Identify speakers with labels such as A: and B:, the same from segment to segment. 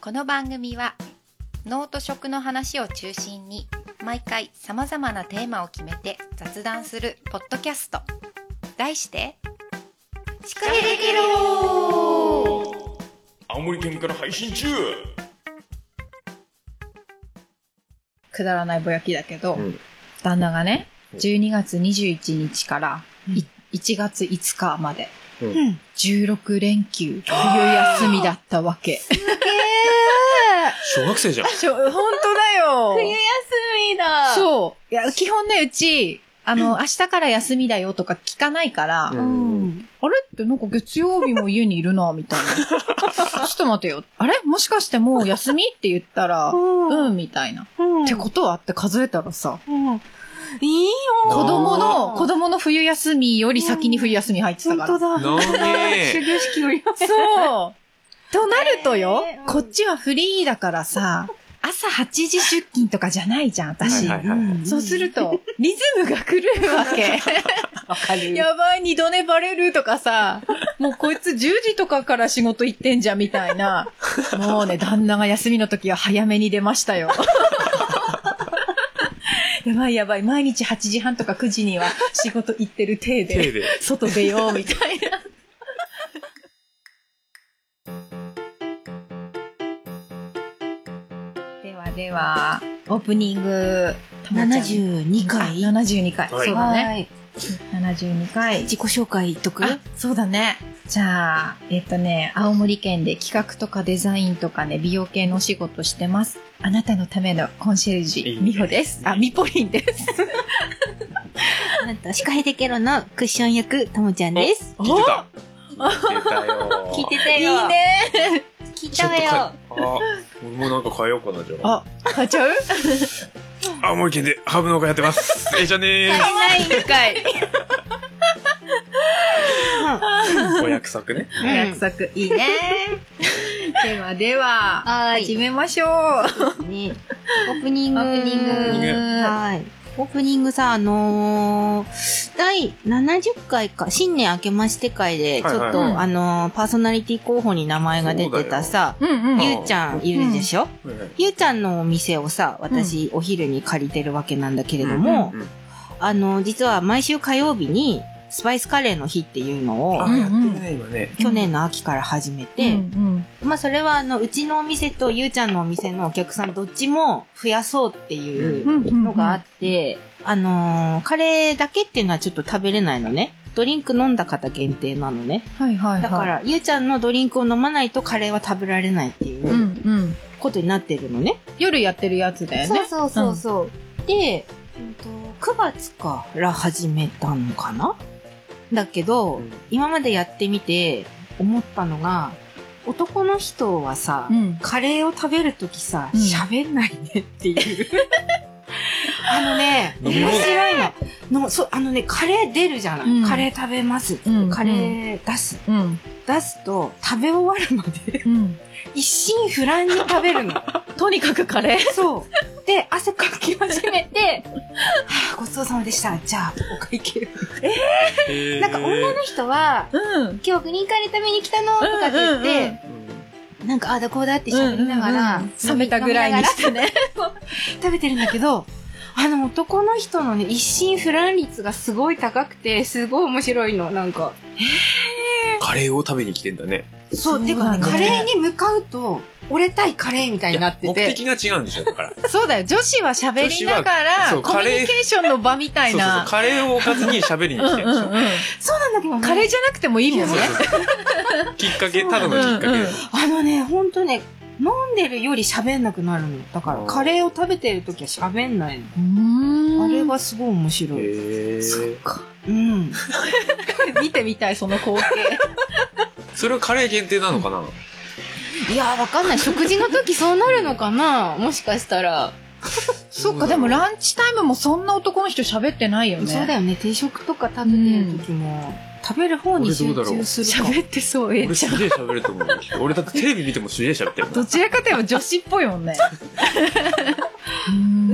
A: この番組は脳と食の話を中心に毎回さまざまなテーマを決めて雑談するポッドキャスト題して「しっかりできる!」
B: 青森県から配信中
A: くだらないぼやきだけど、
B: うん
A: 旦那がね
B: うん
A: 12月21日からい1月5日まで、
B: うん
A: 16連休という休みだったわけ。
B: 小学生じゃん
A: ちょ、本当だよ
C: 冬休みだう。
A: そう。いや、基本ね、うち、あの、明日から休みだよとか聞かないから、
B: うん
C: うん。
A: あれってなんか月曜日も家にいるな、みたいな。ちょっと待てよ。あれもしかしてもう休みって言ったら、
C: う。
A: うんん、みたいな。
C: うん。
A: ってことはって数えたらさ、
C: うん。いいよ。
A: 子供の、子
C: 供
A: 供の冬休みより先に冬休み入ってた
C: 本
A: から。
C: 当だ。
B: なん
C: 終
B: で
C: 業式よりも。
A: そう。となるとよ、
C: えーうん
A: こっちはフリーだからさ、朝8時出勤とかじゃないじゃん、私。
B: はいはいはい
A: そうすると、リズムが狂うわけ。
C: わかる
A: やばい、二度寝バレるとかさ、もうこいつ10時とかから仕事行ってんじゃんみたいな。もうね、旦那が休みの時は早めに出まし たよ。やばいやばい、毎日8時半とか9時には仕事行ってる
B: 手
A: 体で、
B: で
A: 外出ようみたいな。ではでは、オープニング、
C: 72回。
A: あ72回。
B: はい
A: そうだね。
C: い。
A: 72回。
C: 自己紹介と
A: あ
C: か。
A: そうだね。じゃあ、えっとね、青森県で企画とかデザインとかね、美容系のお仕事してます。あなたのためのコンシェルジ
B: いいね
A: ュ、みほです。あ、みぽりんです。
C: なんと、シカヘデケロのクッション役、ともちゃんです。
B: 聞いてた聞いてたよ
C: 聞いて
B: た
C: たよ。。
A: ね。
C: 聞い
B: ちょ
C: た
B: っと
C: わ
B: 変え
C: よ
B: あ。俺もなんか変えようかなじゃ
A: あ、買っちゃう
B: あ青森県でハーブ農家やってます えいちゃんで
C: 変えないんか い。
B: すお約束ね
A: お約束。いいね。ではでは、
C: は
A: 始
C: い。
A: めましょう。
C: ねオープニング。
A: オープニング
C: はい。オープニングさ、あのー第70回か、新年明けまして会で、ちょっと、
B: はいはい
A: はい
C: あのーパーソナリティ候補に名前が出てたさ、
A: う
B: よ
A: ん
C: ゆうちゃんいるでしょ、ゆうちゃんのお店をさ、私、お昼に借りてるわけなんだけれども、
B: うんうん
C: あのー実は毎週火曜日に、スパイスカレーの日っていうのを
B: あ、やってないわね
C: 去年の秋から始めて、
A: うん
C: まあそれはあの、うちのお店とゆうちゃんのお店のお客さんどっちも増やそうっていう
A: うんうんうん
C: のがあって、あのーカレーだけっていうのはちょっと食べれないのね。ドリンク飲んだ方限定なのね。
A: はいはいはい。
C: だか、ら、ゆうちゃんのドリンクを飲まないとカレーは食べられないっていううん
A: うん。
C: ことになってるのね。
A: 夜やってるやつだよ
C: そう
A: ね。
C: そうそうそう。で、うんと9月から始めたのかなだけど、
B: うん
C: 今までやってみて思ったのが、男の人はさ、
A: ん。
C: カレーを食べるときさ、
A: うん
C: 喋、ん、ないねっ ていう。あのね、
B: 飲
C: 面
B: み物
C: 白いの。のそうあのね、カレー出るじゃない。
A: うん
C: カレー食べます、
A: うん
C: カレー出す。
A: うん。
C: 出すと、食べ終わるまで、
A: うん。
C: 一心不乱に食べ るの。
A: とにかくカレー。
C: そう。で、汗かき始めて、はあ、ごちそうさまでした。じゃあ、お会計。
B: へー
C: なんか女の人は、
A: うん。
C: 今日グリーンカレー食べに来たのとかって言って、
A: うんうん
C: なんかああだこうだって喋りながら、
A: うんうんうん冷めたぐらいにしてね。
C: 食べてるんだけど、あの男の人のね、一心不乱率がすごい高くて、すごい面白いの、なんか。
B: カレーを食べに来てんだね
C: そ
A: そ
C: う、
A: う
C: てか
A: なんだ
C: ね、
A: ね
C: カレーに向かうと、折れたいカレーみたいになって
B: 目
C: て。
B: 的が違うんでしょだから
A: そうだよ。女子は喋り
B: 女
A: ながら、
B: 子はそう
A: コミュニケーションの場みたい
B: そうそうそう
A: な。
B: カレーをおかずに喋りに
A: うん
B: 来
A: う
B: てるんでしょ
A: んうん。
C: そうなんだけどね。
A: カレーじゃなくてもいいもん
B: そ
A: ね
B: う。そうそうきっかけただのきっかけだよ
C: あのね、ほんとね、飲んでるより喋んなくなるの。だから、カレーを食べてるときは喋んないの。
A: うん
C: あれがすごい面白い。
B: へ
A: そっ
B: ー
A: か。
C: うん。
A: 見てみたい、その光景。
B: それはカレー限定なのかない
C: やー、わかん ない。食事のときそうなるのかなもしかしたら。
A: そっか、でもランチタイムもそんな男の人喋ってないよね。
C: そうだよね定食とか食べてる時も、食べる方に集中するか
A: 喋ってそう、え
B: 俺す
A: ちゃん。
B: げえ喋ると思うよ俺だってテレビ見てもすげえ喋ってるも
A: ど
B: ん
A: ちらかといえば女子っぽいもんね。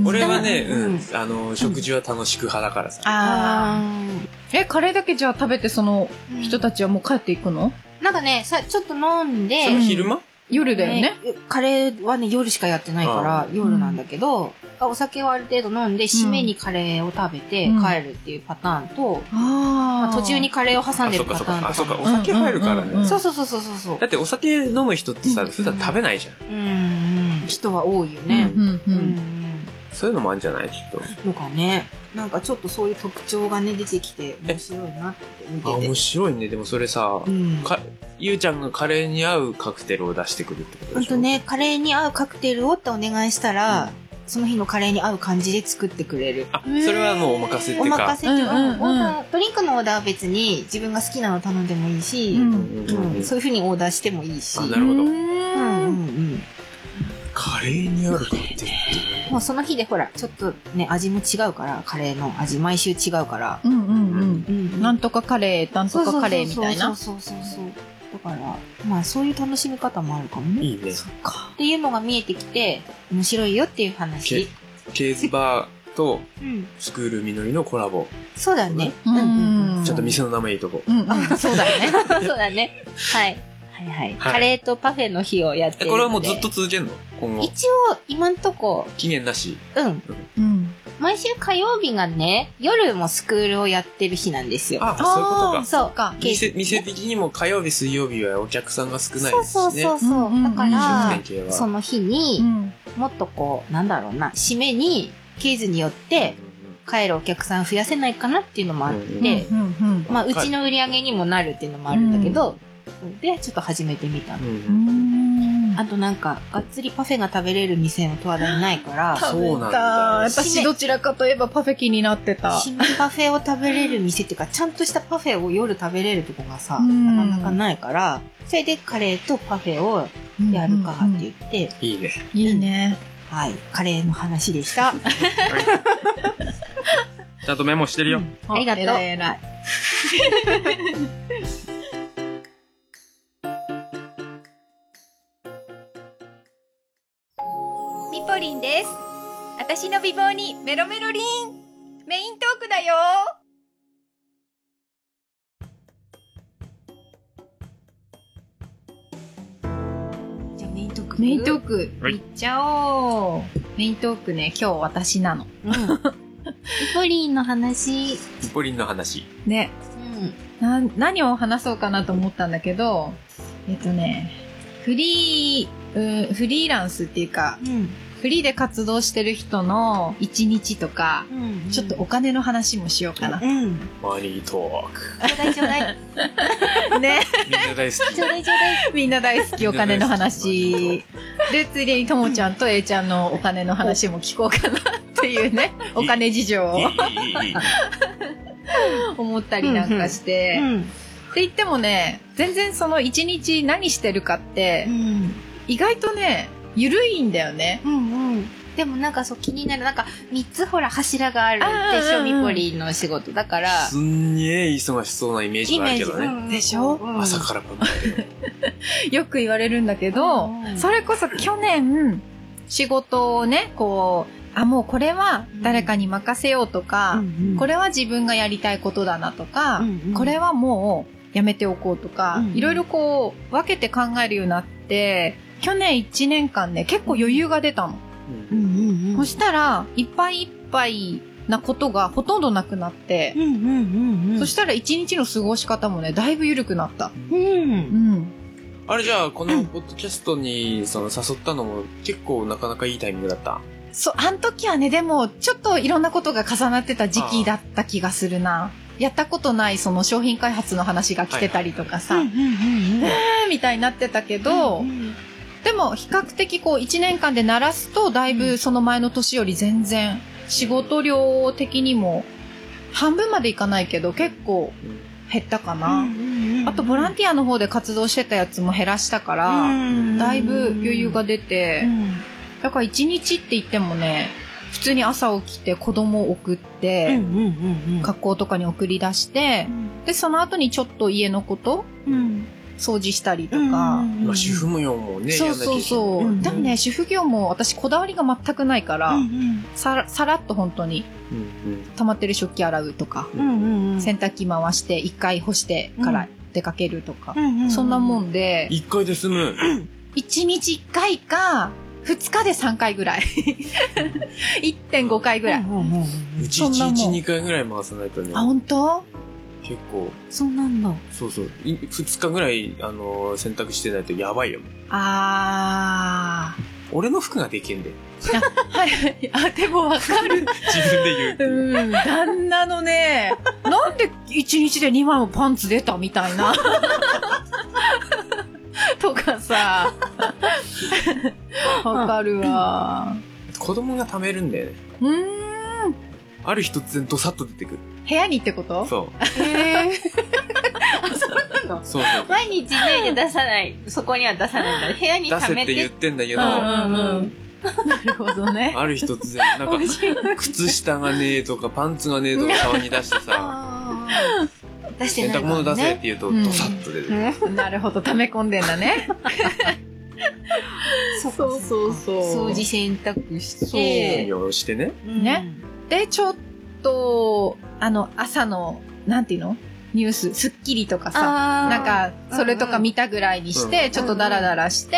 B: 俺はね、う
C: うん
B: ん、あの、食事は楽しく派だからさ。
A: ああ。え、カレーだけじゃあ食べてその
C: ー
A: 人たちはもう帰っていくの
C: なんかねさちょっと飲んで
B: その昼間
A: 夜だよね。
C: カレーはね、夜しかやってないから、夜なんだけど、お酒はある程度飲んで、締めにカレーを食べて
A: うん
C: 帰るっていうパターンと、
A: あ
C: まあ途中にカレーを挟ん
B: あ、
C: で
B: そ
C: る
B: っかそ
C: パ
B: っ
C: タ
B: か。
C: ー
B: あ、そ
C: ン
B: っ
C: と
B: か。お
C: か。
B: 酒入るから
A: うん
B: ね。
C: そうそうそうそうそうそう
B: だ。ってお酒飲む人ってさ、
A: うん
B: 普段食べないじゃん。
C: うんうん。人は多いよね。
A: うんう
C: うん
A: ん。
B: そういうのもあるんじゃないきっと。
C: うん。のかね。なんかちょっとそういう特徴がね、出てきて、面白いなって見
B: あ、
C: て
B: 面
C: て。
B: 白いね。でもそれさ、
C: うん。
B: かゆうちゃんがカレーに合うカクテルを出してくるってこと
C: ほん
B: でしょ
C: と。ね、カレーに合うカクテルをってお願いしたら、その日のカレーに合う感じで作ってくれる。
B: あ、それはもうお任せって
C: お
B: いう
C: 任
B: か。
C: せっていうか、
A: うんうんうん
C: オーダードリンクのオーダーは別に自分が好きなの頼んでもいいし、
A: う
C: うんん
B: うんうんうん
C: そういうふうにオーダーしてもいいし、
B: あ
C: う
B: なるほど
A: う。
C: うんうんん
B: カレーに合うカクテルって。
C: うん、もうその日でほらちょっとね味も違うからカレーの味毎週違うから、
A: うんうんうん。
C: うん
A: なんとかカレー、なんとかカレーみたいな。
C: そうそうそうそうそうだからまあそういう楽しみ方もあるかもね
B: いいね。
C: っていうのが見えてきて面白いよっていう話、
B: ケーズバーと
C: うん、
B: スクールみのりのコラボ。
C: そうだね、
A: うん
B: ちょっと店の名前いいとこ。
A: うんうん、 そうだよね。
C: そうだねはいはいはい、
B: はい
C: カレーとパフェの日をやって
B: え、
C: るので
B: これはもうずっと続けんの今後。
C: 一応今んとこ
B: 期限なし。
C: うん
A: うん。
C: 毎週火曜日がね夜もスクールをやってる日なんですよ
B: あ、そういうことか。
C: そう
A: そっか。
C: ケー
B: 店、店的にも火曜日、水曜日はお客さんが少ないですしね。
C: そうそうそう、
A: うんうんう
C: だ
A: ん
C: か
B: 飲食
C: ら
B: 店系は。
C: その日
A: う
C: に
A: ん。
C: もっとこうなんだろうな締めにケーズによって帰るお客さん増やせないかなっていうのもあって、
B: うん
A: で、うんうん
C: まあ、うちの売り上げにもなるっていうのもあるんだけど、でちょっと始めてみたの
B: うんうん。
A: う
B: うん
A: ん。
C: あとなんかがっつりパフェが食べれる店の十和田にないから
B: そうなんだ
A: 私どちらかといえばパフェキになってた。
C: 新パフェを食べれる店っていうか、ちゃんとしたパフェを夜食べれるとこがさ、
A: うん
C: なかなかないから、それでカレーとパフェをやるかって言って、
B: いいね。
A: いいね。
C: はい、カレーの話でした。
B: ちゃんとメモしてるよ。
C: ありがとう
A: 偉い偉い。
D: ミポリンです私の美貌にメロメロリンメイントークだよ
C: じゃあメイントーク。
A: メイントーク、
B: はい
A: いっちゃおう。メイントークね、今日私なの。
C: うん。ミポリンの話。
B: ピポリンの話。
A: ね、
C: うん。
A: な、何を話そうかなと思ったんだけど、えっとね、フリー、うん、フリーランスっていうか、
C: うん。
A: フリーで活動してる人の一日とか、
C: うん。
A: ちょっとお金の話もしようかな。
C: うん。
B: マニートーク。
C: ちょうだいちょうだい。
A: ね、
B: みんな大好き。
C: ちょうだいちょうだい。
A: みんな大好きお金の話。で、ついでにともちゃんと A ちゃんのお金の話も聞こうかなっていうね、 お金事情を
B: いい、いい、いい、いい。
A: 思ったりなんかして。
C: うん。
A: って言ってもね、全然その一日何してるかって
C: う、ん。
A: 意外とね、ゆるいんだよね。
C: うんうん。でもなんかそう気になる。なんか3つほら柱があるでし
A: あー
C: ょ、
A: うん
C: ミ
A: うん
C: ポリンの仕事。だから、
B: すんげえ忙しそうなイメージがあるけどね。
C: うん
A: でしょ
C: うん
B: 朝から晩まで。
A: よく言われるんだけど
C: うんう、ん
A: それこそ去年、仕事をね、こう、あ、もうこれは誰かに任せようとか、こ
C: れ、
A: れは自分がやりたいことだなとか、
C: うんうん
A: これはもうやめておこうとか、
C: うんうん
A: いろいろこう分けて考えるようになって、去年1年間ね、結構余裕が出たの。
C: うんうんうん
A: そしたら、いっぱいいっぱいなことがほとんどなくなって
C: う、んうんうんうん
A: そしたら1日の過ごし方もね、だいぶ緩くなった。
C: うん
A: ん。
B: あれじゃあ、このポッドキャストに、その、誘ったのも、結構なかなかいいタイミングだった。
A: そう、あの時はね、でも、ちょっといろんなことが重なってた時期だった気がするな。やったことないその商品開発の話が来てたりとかさ、
C: うんうんうん
A: えーみたいになってたけど、
C: うんうん
A: でも比較的こう1年間で鳴らすとだいうぶその前の年より全然仕事量的にも半分までいかないけど結構減ったか
C: う
A: な、
C: んうんうん
A: あとボランティアの方で活動してたやつも減らしたから、
C: うん
A: だいぶ余裕が出
C: う
A: て、
C: ん
A: だから1日って言ってもね普通に朝起きて子供を送っ
C: うんう
A: て、
C: んうんうん
A: 学校とかに送り出してでその後にちょっと家のこと
C: うん
A: 掃除したりと
C: うん
A: か、
B: まあ、主婦模様もね、
A: そうそうそう、
C: やんなきゃいけない
A: でもね主婦業も私こだわりが全くないから、
C: うん
A: さらさらっと本当に
B: う。うん、
A: 溜まってる食器洗うとか、
C: うんうんうん
A: 洗濯機回して一回干してから
C: う
A: 出かけるとか
C: う、んうん
A: そんなも
C: うん
A: で、
B: 一回で済む。
A: 1日1回か、2日で3回 ぐらい。1.5回ぐらい。
C: うんうんうん
B: うち
A: そんなも
B: 1
A: ん
B: 日2回ぐらい回さないとね
A: あ、、本当
B: 結構、
C: そうなんだ。
B: そうそう、い2日ぐらい、あの、洗濯してないとやばいよ。
A: あー。
B: 俺の服がで きんで。
A: はいはい。あ、でもわかる。
B: 自分で言うっていう。
A: うん。旦那の ね、なんで1日で2枚もパンツ出たみたいな。とかさ。わかるわ。
B: 子供が貯めるんだよね。
A: うーん。
B: ある日突然ドサッと出てくる。
A: 部屋にってこと
B: そう。
C: へえ。
B: そうそう。
E: 毎日家で出さ ない、そこには出さないんだね。部屋に
B: 出せ
E: 溜
B: っ
E: めて。
B: て言ってんだけど、
A: うん
B: あ
A: うんうん。なるほどね。
B: る日突然、なんか、靴下がねえとか、パンツがねえとか、騒ぎ出してさ、
E: 出してな
B: 洗
E: い
B: 濯
E: も
B: 物
E: ん
B: 出せって
E: ね。
B: 言うと、
A: うん
B: ドサッと出てくる。
A: なるほど、溜め込んでんだ ね。
C: そうか
A: そうそうそう
C: 掃除洗濯し
A: そう
C: て。
B: をしてね。
A: ね。で、ちょっと、あの、朝の、なんていうのニュース、スッキリとかさ、
E: あー
A: なん、か、それとか見たぐらいにして、
B: う
A: ちょっとダラダラして、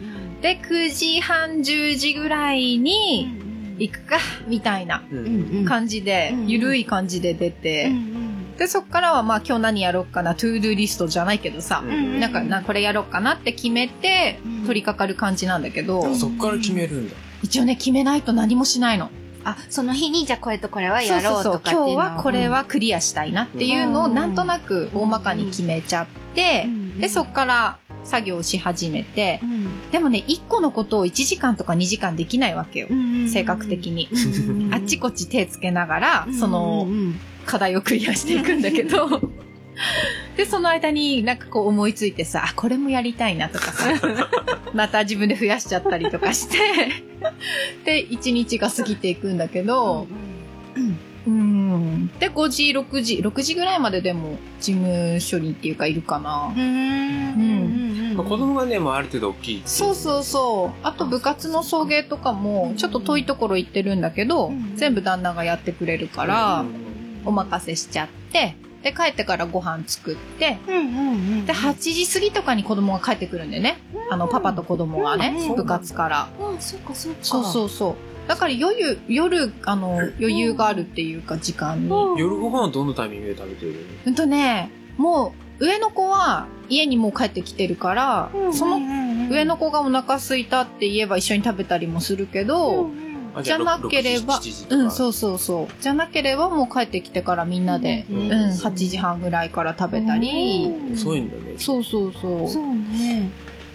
C: うん
A: で、9時半、10時ぐらいに行くか、みたいな
B: う。
C: うんんうん。
A: 感じで、
C: うん
A: ゆるい感じで出
C: う
A: て、
C: ん
A: で、そっからはまあ今日何やろうかな、トゥードゥーリストじゃないけどさ、
B: うん
A: なんか、なこれやろうかなって決めて
C: うん、
A: 取り掛かる感じなんだけど、
B: あそっから決めるんだ。
A: 一応ね、決めないと何もしないの。
E: あ、その日に、じゃあこれとこれはやろう
A: そ
E: と
A: うそう
E: か
A: そ
E: っていうう
A: 今日
E: の
A: はこれはクリアしたいなっていうのを
C: うん
A: なんとなく大まかに決めちゃって、で、そっから作業し始めて、でもね、1個のことを1時間とか2時間できないわけよ。性格的に。あっちこっち手つけながら、その課題をクリアしていくんだけど、 で、その間になんかこう思いついてさ、あ、これもやりたいなとかさ、 また自分で増やしちゃったりとかして、 で、1日が過ぎていくんだけど、うん。で、5時、6時、6時ぐらいまででも、事務処理っていうかいるかな。
B: まあ子供がね、もうある程度大きい。
A: そうそうそう。あと部活の送迎とかも、ちょっと遠いところ行ってるんだけど、全部旦那がやってくれるか、
B: から
A: お任せしちゃって、で、帰ってからご飯作って、で、8時過ぎとかに子供が帰ってくるんだよね。あの、パパと子供がね
E: うん、
A: 部活から。そうそうそう。だから余裕、夜、あの、余裕があるっていうか、時間に。
B: 夜ご飯はどのタイミングで食べてる
A: うんとね、もう、上の子は家にもう帰ってきてるから、その上の子がお腹空いたって言えば一緒に食べたりもするけど、
B: あ
A: じゃなければ
B: 6時7時とか
A: うん、そうそうそう。じゃなければもう帰ってきてからみんなで、
B: う
A: うん、
B: ん
A: 8時半ぐらいから食べたり、
B: 遅いんだね。
A: そうそうそう。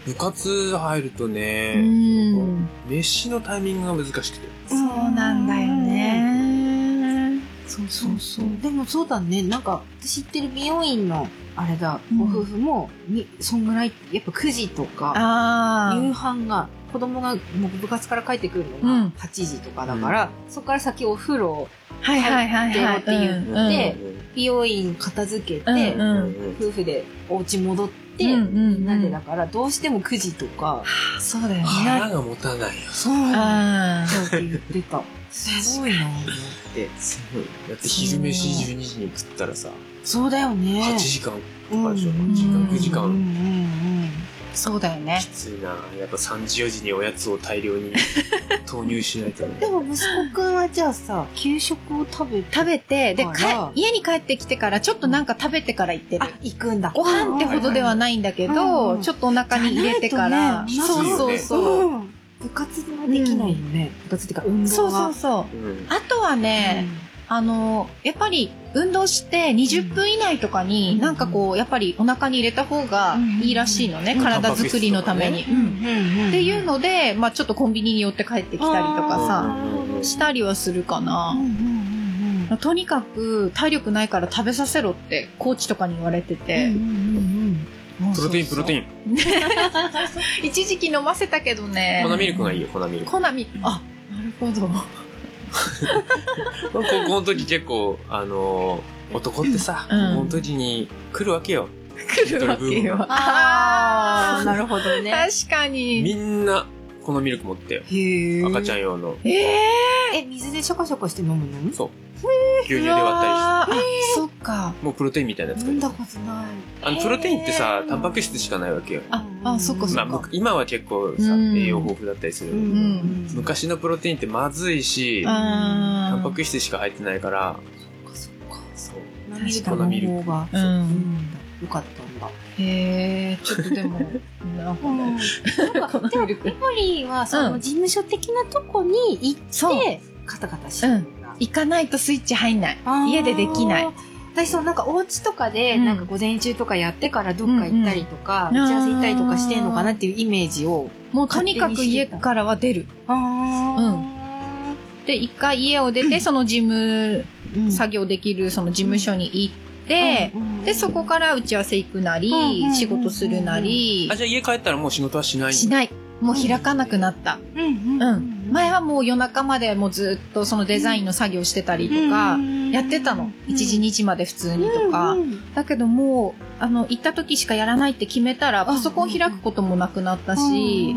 B: 部活入ると
A: う
B: ね、
A: ん。
B: 飯のタイミングが難しくて。
A: そうなんだよね。そうそうそう。
C: でもそうだね。なんか、私知ってる美容院の、あれだ、
A: うん
C: ご夫婦も、に、そんぐらい、やっぱ9時とか、
A: あ
C: 夕
A: あ。
C: 飯が、子供がもう部活から帰ってくるの
A: うん
C: が8時とかだから、そこから先お風呂、
A: はいはいはいはい。
C: って言って
A: うん
C: で美容院片付けて、
A: うん
B: うんうん
C: 夫婦でお家戻って、
A: うんうんうん
C: みんなでだから、どうしても9時とか、
A: そうだよね。
B: 腹が持たないよ。
C: そうなんだ
A: あー
C: って言って た。すごいなと思って。
B: だって昼飯12時に食ったらさ、
C: そうだよね。
B: 8時間とかでしょ。
C: うん
B: 8時間、9時
C: うん
B: 間。
A: そうだよね
B: き。ついな。やっぱ3時、4時におやつを大量に投入しないとね
C: で。も息子くんはじゃあさ、給食を食べて、
A: 食べて、で、
C: あら
A: か家に帰ってきてから、ちょっとなんか食べてから行ってる
C: あ。、行くんだ。
A: ご飯ってほどではないんだけど、
C: うんうん
A: ちょっとお腹に入れてから。
C: じゃ
B: ないと
A: そう
B: ね
A: そうそう。
C: ん部活ができないよね。部活っていうか運
A: そ
C: 動
A: う
C: が。
A: そうそう。
B: うん
A: あとはね、あの、やっぱり運動して20分以内とかに、
C: うん
A: なんかこう、やっぱりお腹に入れた方がいいらしいのね。
B: うん
A: 体作りのために。
C: うん。うんうんうん。
A: っていうので、まあちょっとコンビニに寄って帰ってきたりとかさ、
B: うんうん
A: したりはするか
C: うんう
A: な。
C: んうんうん。
A: とにかく体力ないから食べさせろって、コーチとかに言われてて。
C: うんうんうん
B: プロテイン、プロテイン。
A: ン。一時期飲ませたけどね。
B: 粉ミルクがいいよ、粉ミルク。
A: コナミ、あ、なるほど。
B: 高校の時結構、あのー、男ってさ、
A: うん
B: 高校の時に来るわけよ。
A: 来るわけよ。
E: あ
A: あ
E: ー
A: ー
E: なるほどね。
A: 確か
B: み
A: に。
B: んな、このミルク持ってよ。
C: うん。へえ。
B: 赤ちゃん用の。
A: ええ
C: え、水でショコショコして飲むの
B: そう。牛乳で割った
A: あ、そっか。
B: りして。もうプロテインみたいなやつ
C: 飲んだことない。
B: あの、プロテインってさ、タンパク質しかないわけよ。
A: あ、あ、そっかそっ
B: ま
A: か。
B: あ、僕今は結構さ、
A: うん
B: 栄養豊富だったりする。
A: ん
B: 昔のプロテインってまずいし、タ
A: あ
B: ン
A: ー
B: パク質しか入ってないから、そう。
C: 飲みるための方が、
A: うん
C: よかったんだ。
A: へえ、ちょっとでも、なんかね。
C: なんかでも、エモリーは、その、事務所的なとこに行って、カタカタしてるんだ。
A: 行かないとスイッチ入んない。家でできない
C: あー。私、そのなんかお家とかで、
A: うん
C: なんか午前中とかやってからどっか行ったりとか、
A: うんうん
C: 打ち合わせ行ったりとかしてんのかなっていうイメージを。
A: もうとにかく家からは出る。
C: あ
A: で、一回家を出て、その事務、
C: うん。
A: 作業できるその事務所に行って、で、そこから打ち合わせ行くなり、
C: うんうん
A: 仕事するなり
B: あ、、じゃあ家帰ったらもう仕事はしない
A: し
B: い。
A: ない。もう開かなくなった。
C: ら、うん
A: うん。前はもう夜中までもうずっとそのデザインの作業してたりとか、やってたの。1時2時まで普通にとか。だけどもう、あの、行った時しかやらないって決めたら、パソコン開くこともなくなったし、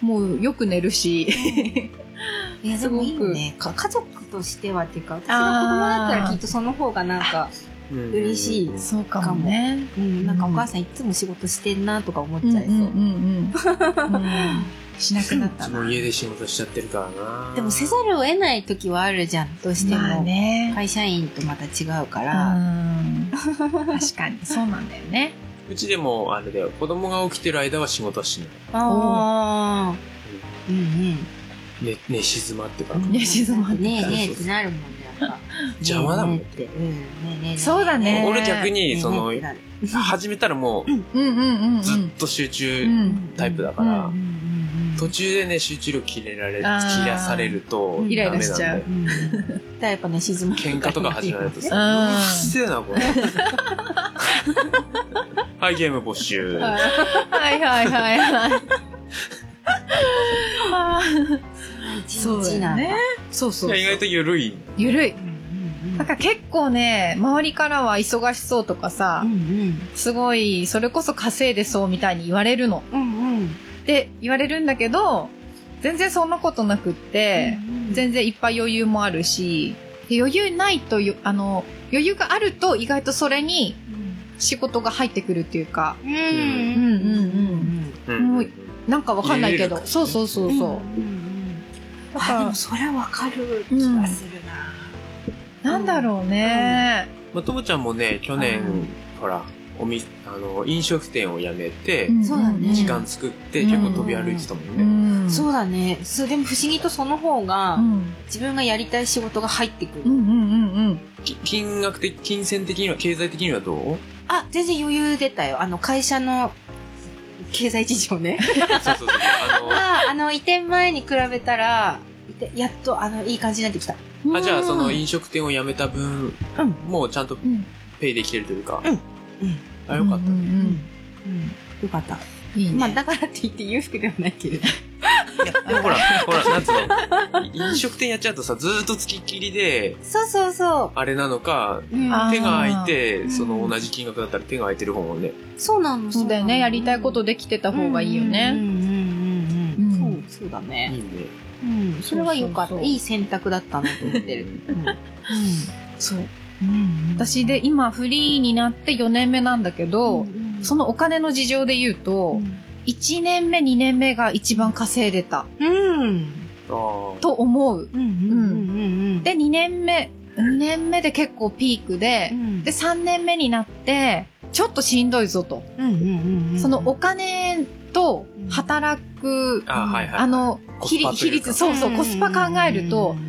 A: もうよく寝る し。
C: いや、です
A: ご
C: も
A: く
C: いいよね。か家族としてはっていうか、私が子供だったらきっとその方がなんか、嬉しい
A: そうかもね。
C: うん、なんかお母さんいつも仕事してんなとか思っちゃ
A: ん
C: いそう。
A: うんうん。 しなくなっ
B: う
A: た
B: ち
A: な。
B: も家で仕事しちゃってるからな。
C: でもせざるを得ない時はあるじゃん、どうしても。
A: まあね。
C: 会社員とまた違うか
A: う
C: ら。
A: ん。確かに、そうなんだよね。
B: うちでも、あれだよ、子供が起きてる間は仕事はしない。
C: ああ。うんうん。
B: 寝、寝静まってから。
A: ね静まって
C: ねえねえってなるもんね、やっぱ。
B: 邪魔だもん
C: ねえねえって。うん、ねえねえねえ。
A: そうだね
B: 俺逆
C: ねえね
B: に、
C: え
B: その
C: って、なる
B: 始めたらも
A: うんうんうんう
B: う、ずっと集中
A: ん
B: タイプだか
C: う
B: ら
C: ん、うんうん
B: 途中でね、集中力切れられ、切
A: あー
B: らされると、
A: イライラしちゃ
B: ダメなん
A: う
B: だよ
C: うん。だ からやっぱね、沈む。
B: 喧嘩とか始まると さ、
A: うん
B: うっせえな、これ。はい、ゲーム没収。
A: はいはいはい はい。あー
C: そうだよね。
A: そうそ
B: いうや
A: そう。
B: 意外と緩い。
A: ゆるい。
C: うんうん
A: なんか結構ね、周りからは忙しそうとかさ、すごい、それこそ稼いでそうみたいに言われるの。
C: うんうん。
A: って言われるんだけど、全然そんなことなくって、全然いっぱい余裕もあるし、で余裕ないとよ、あの、余裕があると意外とそれに仕事が入ってくるっていうか、
C: うん
A: うんん
B: う。
A: うんもうんうん。なんかわかんない
B: 入
A: け
B: れれ
A: ど、
B: る
A: そうそうそうそう。だか
C: あでも
A: ら、
C: それはわかる気がするな、
A: なんだろうね。
B: まあ、ともちゃんもね、去
C: うん
B: 年、ほら、おみ、あの、飲食店を辞めて、
A: ん
C: そうだね
B: 時間作って、
A: うん
B: 結構飛び歩いてたもん
A: う
B: ね。
A: ん。
C: そうだねそうでも不思議とその方が、
A: うん。
C: 自分がやりたい仕事が入ってくる、
A: うんうんうんうん。
B: き金額的、金銭的には、経済的にはどう
C: あ全然余裕出たよあの会社の経済事情ね
B: そうそうそう。あ
C: ああの移転前に比べたら移転やっとあのいい感じになってきた
B: の、あ、じゃあ、その飲食店を辞めた分
C: うん、
B: もうちゃんと
A: ん
B: ペイできてるというか。
C: うん
B: あ、よかった
A: う
B: ね。
A: ん
C: うんよかった、
A: うん。いいね
C: まあだからって言って裕福ではないけれど
B: でもほら、ほら、なんつうの、飲食店やっちゃうとさ、ずーっとつきっきりで、
C: そうそうそ
B: あれなのか、
C: う、うん、
A: あー
B: 手が空いて、
C: ん
B: その同じ金額だったら手が空いてる方もね、
C: そうなの
A: そうだよね。やりたいこと
C: で
A: できてた方がいいよ
C: うん
A: ね。
C: うんうんうん、う、
A: うんん
C: そうそうだ
B: い
C: ね
B: いね。
C: うん、それは良かった。
A: そうそうそう
C: いい選択だったなと思ってる。うん。
A: そう。
C: うん
A: 私で、今フリーになって4年目なんだけど、そ
C: の、
A: のお金の事情で言うと、1年目2年目が一番稼いでた
C: うん。
B: あー
A: と思う。
C: うん。うん。うん。
A: で、2年目、2年目で結構ピークで
C: う、ん、
A: で、3年目になって、ちょっとしんどいぞと。
C: うんうんうんうん。
A: そのお金と働く、
B: あ、はいはい。
A: あの、
B: コス
A: 比
B: パと
A: 率、比
B: いうか
A: 率、そうそう、コスパ考えると
C: うん、うんうん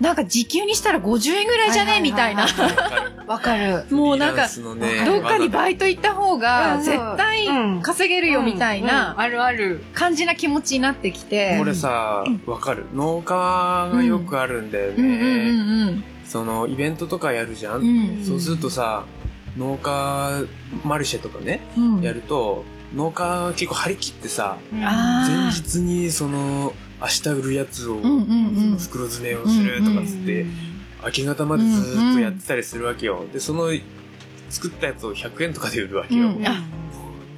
A: なんか時給にしたら50円ぐらいじゃねみたいな。
B: わかる
C: わかる。
A: もうなん
B: フリーラ
A: か
B: ン、スのね
A: どっかに
B: イ
A: バイト行った方が
C: うん
A: 絶対
C: うん
A: 稼げるよみたい
C: うんうん
A: な
C: あるある。
A: 感じな気持ちになってきて。
B: これさ、わかる。農家がよくあるんだよ
A: うんうんう
B: ね。
A: ん
B: その、イベントとかやるじゃ。
A: うんん。
B: そうするとさ、農家マルシェとかね、
A: うん。
B: やると、農家結構張り切ってさ、
A: あ
B: 前
A: あ。
B: 日にその、明日売るやつを、
A: うんうんうん。
B: 袋詰めをするとかっつって、明け方までずーっとやってたりするわけよ。で、その、作ったやつを100円とかで売るわけよ。
A: うんあ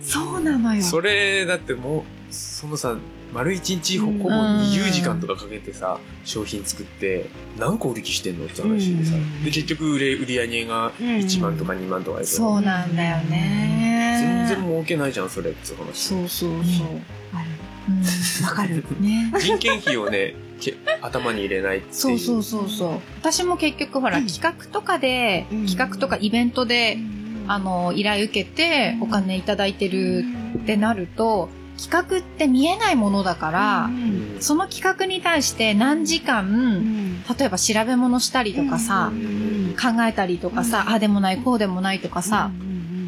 A: そうなのよ。
B: それ、だってもう、そのさ、丸一日ほぼ20時間とかかけてさ、商品作って、何個売り切してんのって話でさ
C: うん。
B: で、結局売れ、売り上げが1万とか2万とかやけど
A: そうなんだよね
B: 全然儲けないじゃん、それっていう 話。
C: そうそうそう。あ
A: うん
C: る。わかる。
A: ね
B: 人件費をね、け頭に入れないっていう。
A: そうそうそうそう私も結局ほら、
C: うん
A: 企画とかで、
C: うん
A: 企画とかイベントで、あの依頼受けて
C: うん
A: お金いただいてるってなると企画って見えないものだから、
B: うん。
A: その企画に対して何時間、例えば調べ物したりとかさ、考えたりとかさ、ああでもないこうでもないとかさ、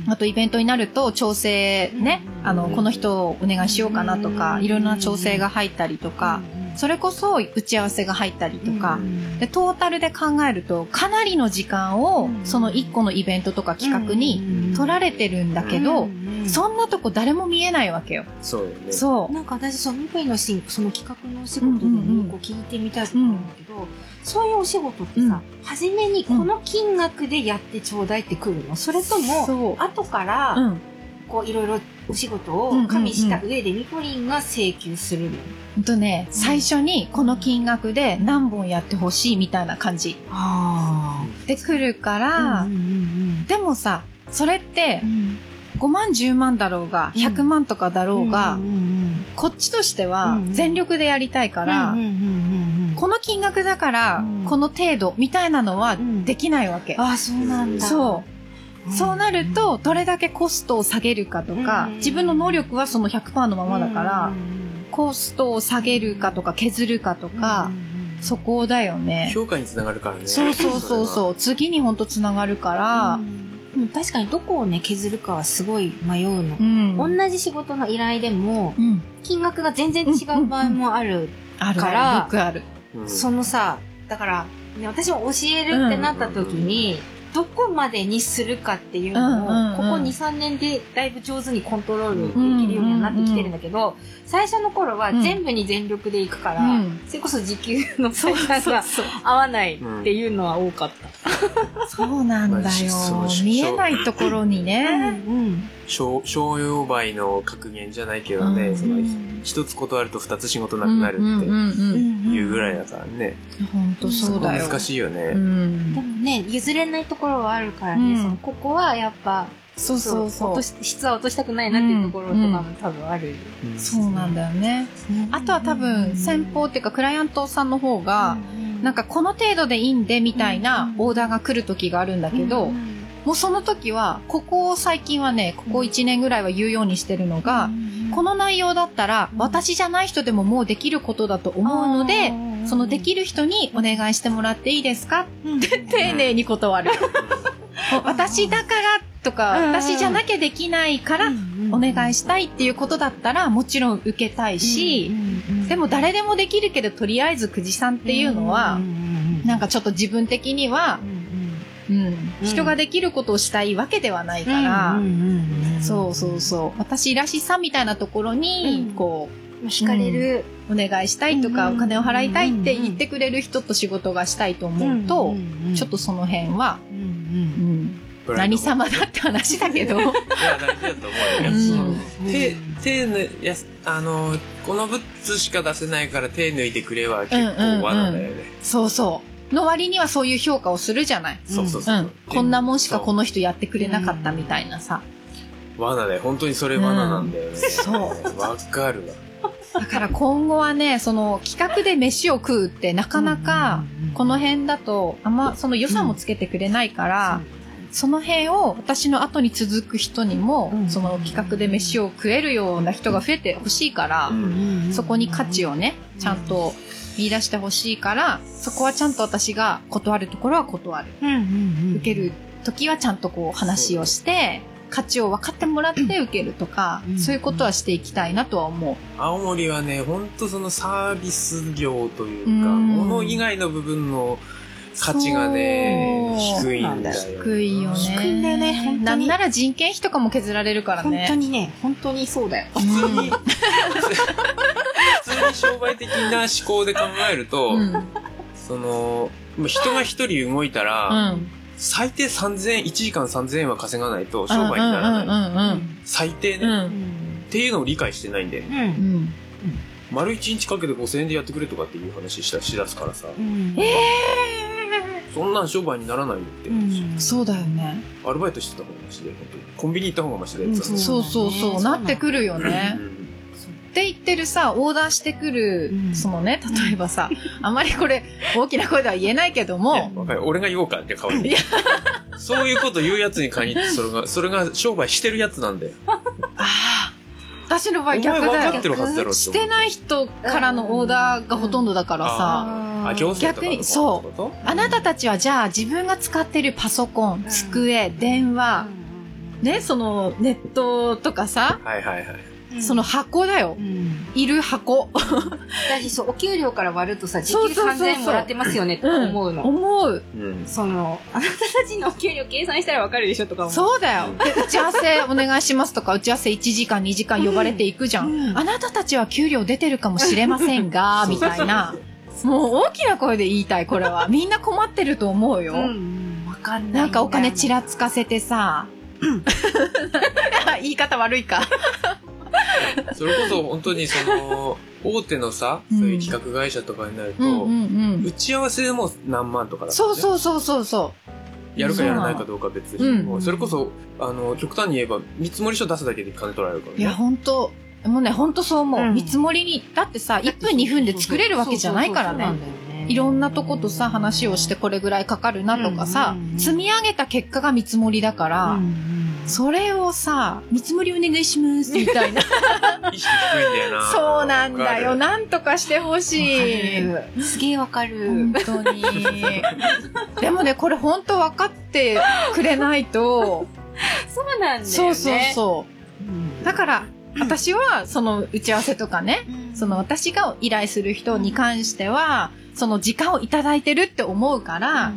A: あとイベントになると調整ね、
C: うん
A: あのこの人をお願いしようかなとか、
C: うん
A: いろんな調整が入ったりとか、それこそ打ち合わせが入ったりとか、でトータルで考えるとかなりの時間を
C: うん
A: その1個のイベントとか企画に取られてるんだけど、そんなとこ誰も見えないわけよ。
B: そうよね。
A: そう
C: なんか私そのミのシーンその企画のお仕事で
A: うんうんう
C: も
A: ん
C: こう聞いてみたいと思うんだけど、そういうお仕事ってさ、初めにこの金額でやってちょうだいってくるのそれとも
A: そ
C: 後か
A: う、
C: ら
A: うん、
C: こういろいろお仕事
A: うんうんう
C: を
A: ん
C: 加味した上でミポリンが請求するの、
A: ほんとね最初にこの金額で何本やってほしいみたいな感じ
C: あ
A: で来るから、
C: あうんうん
A: でもさそれって
C: うん
A: 5万10万だろうが
C: うん
A: 100万とかだろうが、
C: うんうん
A: こっちとしては
C: うん
A: 全力でやりたいから、
C: うんうんうんうん
A: この金額だから
C: うん
A: この程度みたいなのは
C: うん
A: できないわけ。
C: ああそうなんだ
A: そうう。
C: ん
A: そうなると、どれだけコストを下げるかとか
C: うん、
A: 自分の能力はその100%のままだから、コストを下げるかとか削るかとか、そこだよね。
B: 評価につながるからね。
A: そうそうそう
B: う。
A: そう。次にほんとつながるか
C: が
A: ら、
C: 確かにどこをね削るかはすごい迷うの
A: うん。
C: 同じ仕事の依頼でも
A: うん
C: 金額が全然違う場合もある、
A: ある
C: か
A: からら、よくある。
B: うん
C: そのさだから、ね、私も教えるってなった時に、どこまでにするかっていうのを、
A: うんうんうん
C: ここ23年でだいぶ上手にコントロールできるようになってきてるんだけど、最初の頃は
A: うん
C: 全部に全力でいくから、
A: うん
C: それこそ時給の差 が合わないっていうのは多かった。
A: そうなん
B: ま
A: だ
B: あしそう
A: よ
B: し。
A: 見えないところにね。
B: 商商用売の格言じゃないけどね、
A: うん
B: その一つ断ると二つ仕事なくなる
A: うん
B: っ
A: うんう
B: て
A: ん
B: いうぐらいだからね。
A: ほんとそうだよ。
B: 難しいよ
A: う
B: ね。
C: でも
A: ん。
C: ね、譲れないところはあるからね、
A: うん
C: そのここはやっぱ、
A: そうそう
C: 落
A: そ
C: と
A: う。
C: し質は落としたくないなっていうところとかも多分ある。
B: うん
A: そうなんだよね。あとは多分、先方っていうか、クライアントさんの方が、なんかこの程度でいいんでみたいなオーダーが来る時があるんだけど、もうその時は、ここを最近はね、ここ1年ぐらいは言うようにしてるのが、この内容だったら
C: うん
A: 私じゃない人でももうできることだと思うので、そのできる人にお願いしてもらっていいですかって丁寧に断 る。私だからとか、
C: うん
A: 私じゃなきゃできないからお願い
C: し
A: したいっていうことだったらもちろん受けたいし、でも誰でもできるけどとりあえず久慈さんっていうのは、なんかちょっと自分的には、うん、人ができることをしたいわけではないから、そうそうそう私らしさみたいなところに、
C: うん
A: こ
C: う惹かれる
A: うお願いしたいとか、
C: うん
A: お金を払いたいって言ってくれる人と仕事がしたいと思うと、ちょっとその辺は、うん、
B: プライド
A: 何
B: も
A: 様だって話だけど、
B: いや、大事だと思うよ
A: う
B: ね。
A: ん
B: その手、手抜、やす、あの、このブッツしか出せないから手抜いてくれは結構罠だよね。
A: そうそうの割にはそういう評価をするじゃない。
B: そうそう
A: う
B: そう。
A: ん、こんなもんしかこ
B: の。
A: の人やってくれなかったみたいなさ、
B: 罠だよ。本当にそれ罠なんだよね。
A: そう
B: わかるわ。
A: だから今後はねその企画で飯を食うってなかなかこの辺だとあんまその予算もつけてくれないから、その辺を私の後に続く人にも、
C: うん
A: その企画で飯を食えるような人が増えてほしいから、そこに価値をねちゃんと見出してほしいからそこはちゃんと私が断るところは断る受ける時はちゃんとこう話をして価値を分かってもらって受けるとか、
C: うん
A: そういうことはしていきたいなとは思う。
B: 青森はね、ほんとそのサービス業というか、
A: うん
B: 物以外の部分の価値がね、
A: そう
B: 低いんだよ。
A: 低いよね。
C: 低いんだよね本当に
A: なんなら人件費とかも削られるから
C: 本当
A: ね。
C: にね本当にそうだよ
B: 普通に、普通に商売的な思考で考えると、
A: うん。うん。
B: その、まあ人が一人動いたら、最低3000円、1時間3000円は稼がないと商売にならない。
A: うんうんうん
B: 最低
A: う
B: ね。
A: ん。うん。
B: っていうのを理解してないんだよね。
C: うん
A: うん。
B: 丸1日かけて5000円でやってくれとかっていう話したしだすからさ、
C: うん
B: そんなん商売にならないよって話。
A: そうだよね。
B: アルバイトしてた方がマシで、本当に。コンビニ行った方がマシでやつだ
C: うん
A: そうそうそう、
C: そうな
A: なん
C: だ
A: ってくるよね。って言ってるさ、オーダーしてくる、
C: うん
A: そのね、例えばさ、あまりこれ、大きな声では言えないけども、
B: 若い俺が言おうかって代わり
A: い
B: に。そういうこと言うやつに限って、それが、それが商売してるやつなんだよ。
A: ああ、私の
B: お
A: 場合
B: 前
A: 逆
B: 分
A: だ
B: か
A: よ
B: って。るはずだろって
A: し
B: 思う
A: てない人からのオーダーがほとんどだからさ、
B: あーあ、行政とか
A: 逆にそう
B: と
A: あなたたちはじゃあ自分が使ってるパソコン、机、電話、ね、そのネットとかさ、
B: はいはいはい。
A: その箱だよ
C: う。ん
A: いる箱。
C: だしそうお給料から割るとさ時
A: そう
C: 給
A: そうそうそう
C: 3000円もらってますよねって
A: うん
C: 思うの、
A: 思う。
B: うん。
C: そのあなたたちのお給料計算したらわかるでしょとか思う
A: そうだよ
B: うん。
A: で打ち合わせお願いしますとか、打ち合わせ1時間、2時間呼ばれていくじゃん。
C: うん
A: あなたたちは給料出てるかもしれませんが、 みたいな。もう大きな声で言いたい、これは。みんな困ってると思うよ。
C: うん、わかんない
A: なんかお金ち
C: ち
A: らつかせてさ。 言い方悪いか。
B: それこそ本当にそ の、大手のさ、そういう企画会社とかになると、
A: うんうんうん。
B: 打ち合わせでも何万とかだから
A: そ
B: ね
A: うそうそうそうそ
B: やるかやらないかどうかは別に、
A: うん
B: もうそれこそあの極端に言えば見積もり書出すだけで金取られるか
A: う。いや、
B: らね
A: ほんと、もうね、ほんとそう思う。
C: うん
A: 見積もりに、だってさ、1分2分で作れるわけじゃないからね。いろんなとことさ、話をしてこれぐらいかかるなとかさ
C: うんうんう、ん
A: 積み上げた結果が見積もりだから、それをさ、見積もりお願いしますみたいな。
B: 意識低いんだよな
A: そうなんだよ。
B: わかる
A: なんとかしてほしい。
C: すげえわかる、
A: 本当に。でもね、これ本当分かってくれない と、
E: そうなんだよね。
A: そうそうそう。だから、私は、その打ち合わせとかね、その私が依頼する人に関しては、その時間をいただいてるって思うから、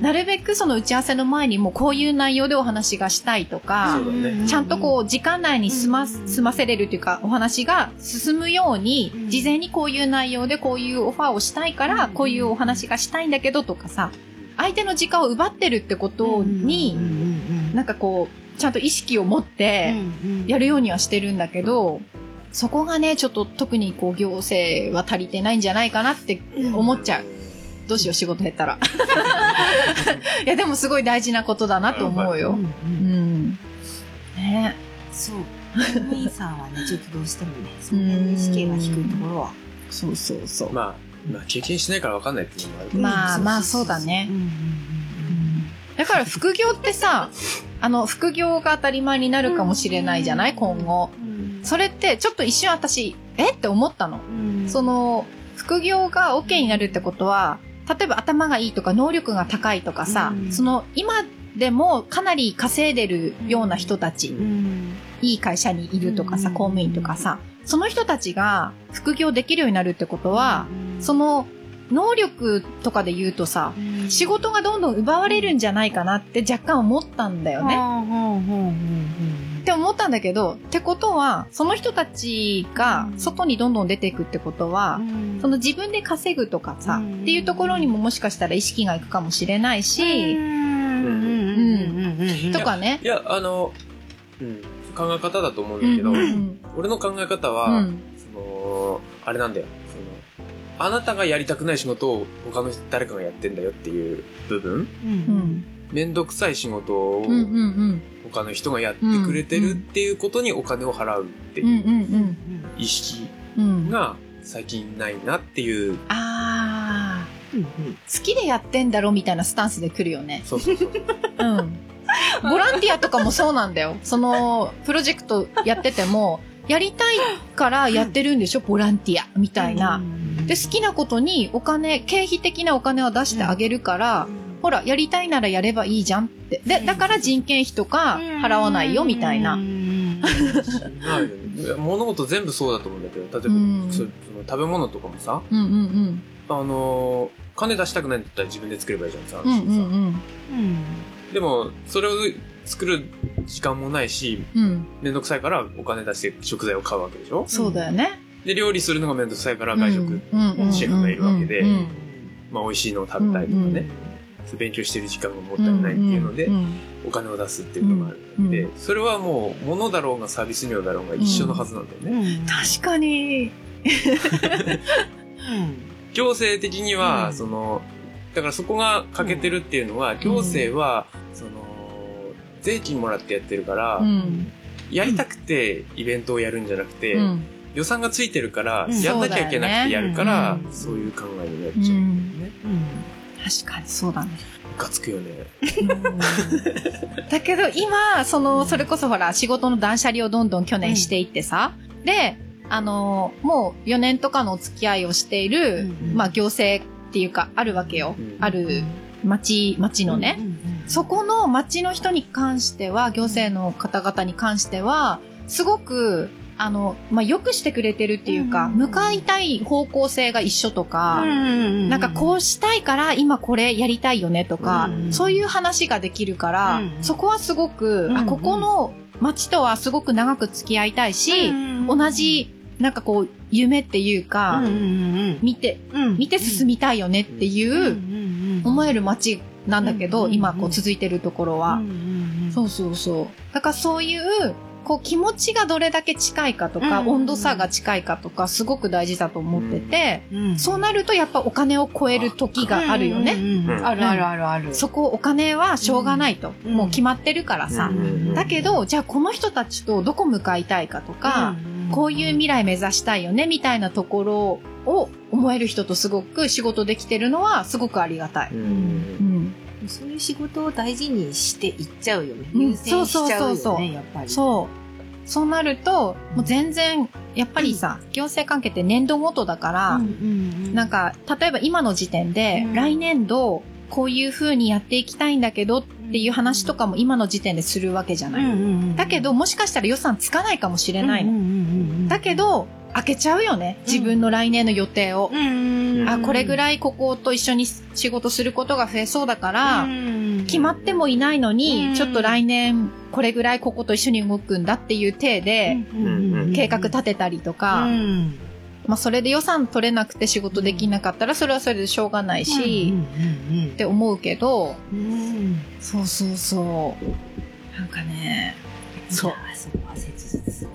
A: なるべくその打ち合わせの前にもうこういう内容でお話がしたいとか、
B: そうだね
A: ちゃんとこう時間内に済ま
C: うん
A: す済ませれるというかお話が進むように
C: ん
A: 事前にこういう内容でこういうオファーをしたいからこういうお話がしたいんだけどとかさ相手の時間を奪ってるってことになんかこうちゃんと意識を持ってやるようにはしてるんだけどそこがねちょっと特にこう行政は足りてないんじゃないかなって思っちゃう。どうしよう仕事減ったら。 いやでもすごい大事なことだなと思うよ。うん。ね。
C: そう公務員さんはねちょっとどうしてもねその辺の意識が低いところは
A: そうそうそう。
B: まあ、まあ経験しないから分かんないっていうのもあるけど
A: まあまあそうだね
C: うんうん
A: だから副業ってさ、あの、副業が当たり前になるかもしれないじゃない今後。
C: うん
A: それって、ちょっと一瞬私、えって思ったの。
C: うん
A: その、副業が OK になるってことは、例えば頭がいいとか能力が高いとかさ、
C: うん
A: その、今でもかなり稼いでるような人たち、
C: うん
A: いい会社にいるとかさ、
C: うん
A: 公務員とかさ、その人たちが副業できるようになるってことは、その、能力とかで言うとさ、
C: うん
A: 仕事がどんどん奪われるんじゃないかなって若干思ったんだよね。
C: うんうんうん
A: って思ったんだけど、ってことは、その人たちが外にどんどん出ていくってことは
C: う、んうん
A: その自分で稼ぐとかさ、
C: うん
A: っていうところにももしかしたら意識がいくかもしれないし、
C: うんうんうんうん
A: とかね。
B: いやあの、うん、考え方だと思うんだけど、
A: うんうん
B: 俺の考え方は、
A: うん
B: そのあれなんだよそのあなたがやりたくない仕事を他の誰かがやってんだよっていう部分
C: うん
A: うん
B: めんどくさい仕事を
A: うんうん
B: 他の人がやってくれてるっていうことにお金を払うって
A: うんう
B: いうん
A: うん
B: 意識
A: うんうん
B: が最近ないなっていう、
A: あ
C: うん
A: ー好きでやってんだろみたいなスタンスで来るよね。
B: そう そうそう
A: うんボランティアとかもそうなんだよ。その、プロジェクトやってても、やりたいからやってるんでしょボランティア、みたいな。で、好きなことにお金、経費的なお金は出してあげるから、ほら、やりたいならやればいいじゃんって。で、だから人件費とか払わないよ、みたいな。
B: まあ物事全部そうだと思うんだけど例えば、
A: うん
B: そその食べ物とかもさ
A: うんうん
B: あのー金出したくないんだったら自分で作ればいいじゃんさ,、
A: うん。うんうんうん。
B: でもそれを作る時間もないし
A: うん。
B: めんどくさいからお金出して食材を買うわけでしょ
A: そうだよね。
B: で料理するのがめんどくさいから外食、
A: うんうんうんうん
B: シェフがいるわけで
A: うん
B: まあ美味しいのを食べたいとかね、そう勉強してる時間がもったいないっていうので、お金を出すっていうのがあるので、それはもう、物だろうがサービス料だろうが一緒のはずなんだよね。
A: 確かに。
B: 行政的には、その、だからそこが欠けてるっていうのは、行政は、その、税金もらってやってるから、
A: うん。
B: やりたくてイベントをやるんじゃなくて、
A: うん。
B: 予算がついてるから、
C: うん
B: やんなきゃいけなくてやるから、
C: そうだよねうん
B: そういう考えになっちゃうよね。
A: 確かにそうだね。
B: ムカつくよね。
A: だけど今、その、それこそほら、仕事の断捨離をどんどん去年していってさ、で、あのー、もう4年とかのお付き合いをしている、まあ行政っていうか、あるわけよ。
B: うん
A: ある町、町のね。そこの町の人に関しては、行政の方々に関しては、すごく、あの、まあ、よくしてくれてるっていうか、
C: うん
A: 向かいたい方向性が一緒とか、な
C: な
A: んかこうしたいから今これやりたいよねとか、
C: うん
A: そういう話ができるから、
C: うん
A: そこはすごく、
C: うんう
A: あ、
C: ん
A: ここの町とはすごく長く付き合いたいし、同じ、なんかこう、夢っていうか、見て、見て進みたいよねっていう、思える町なんだけど、
C: うん
A: 今こう続いてるところは。そうそうそう。だからそういう、こう気持ちがどれだけ近いかとか、
C: うんうん
A: 温度差が近いかとか、すごく大事だと思ってて、そううなるとやっぱお金を超える時があるよね。
B: うん
C: あるあるあるある。
A: そこお金はしょうがないと。
C: うん
A: もう決まってるからさ。
B: うん
A: だけど、じゃあこの人たちとどこ向かいたいかとか、こういう未来目指したいよね、みたいなところを思える人とすごく仕事できてるのはすごくありがたい。
B: うん
A: ん。
C: そういう仕事を大事にしていっちゃうよね。
A: うん
C: 優先しちゃう
A: そうそう
C: よ
A: そう
C: ね、やっぱり。
A: そう。そうなると、もう全然、やっぱりさ、行政関係って年度ごとだから、
C: うん。
A: なんか、例えば今の時点で、
C: うん
A: 来年度、こういう風にやっていきたいんだけどっていう話とかも今の時点でするわけじゃ
C: う
A: なんい。
C: うんうん、
A: だけど、もしかしたら予算つかないかもしれないの。
C: の
A: だけ、ど、開けちゃうよね。自分の来年の予定を
C: う。んうん、
A: あ、これぐ
C: い
A: らいここと一緒に仕事することが増えそうだから、決
C: 決
A: まってもいないのに、
C: うん
A: ちょっと来年、これぐらいここと一緒に動くんだっていう体で、計画立てたりとか、
C: うん
A: まあそれで予算取れなくて仕事できなかったら、それはそれでしょうがないし、
C: うん
A: っ
C: う
A: て思うけど、
C: んうんうん、
A: そうそうそう。なんかね、そう
C: いやー。そこは切実。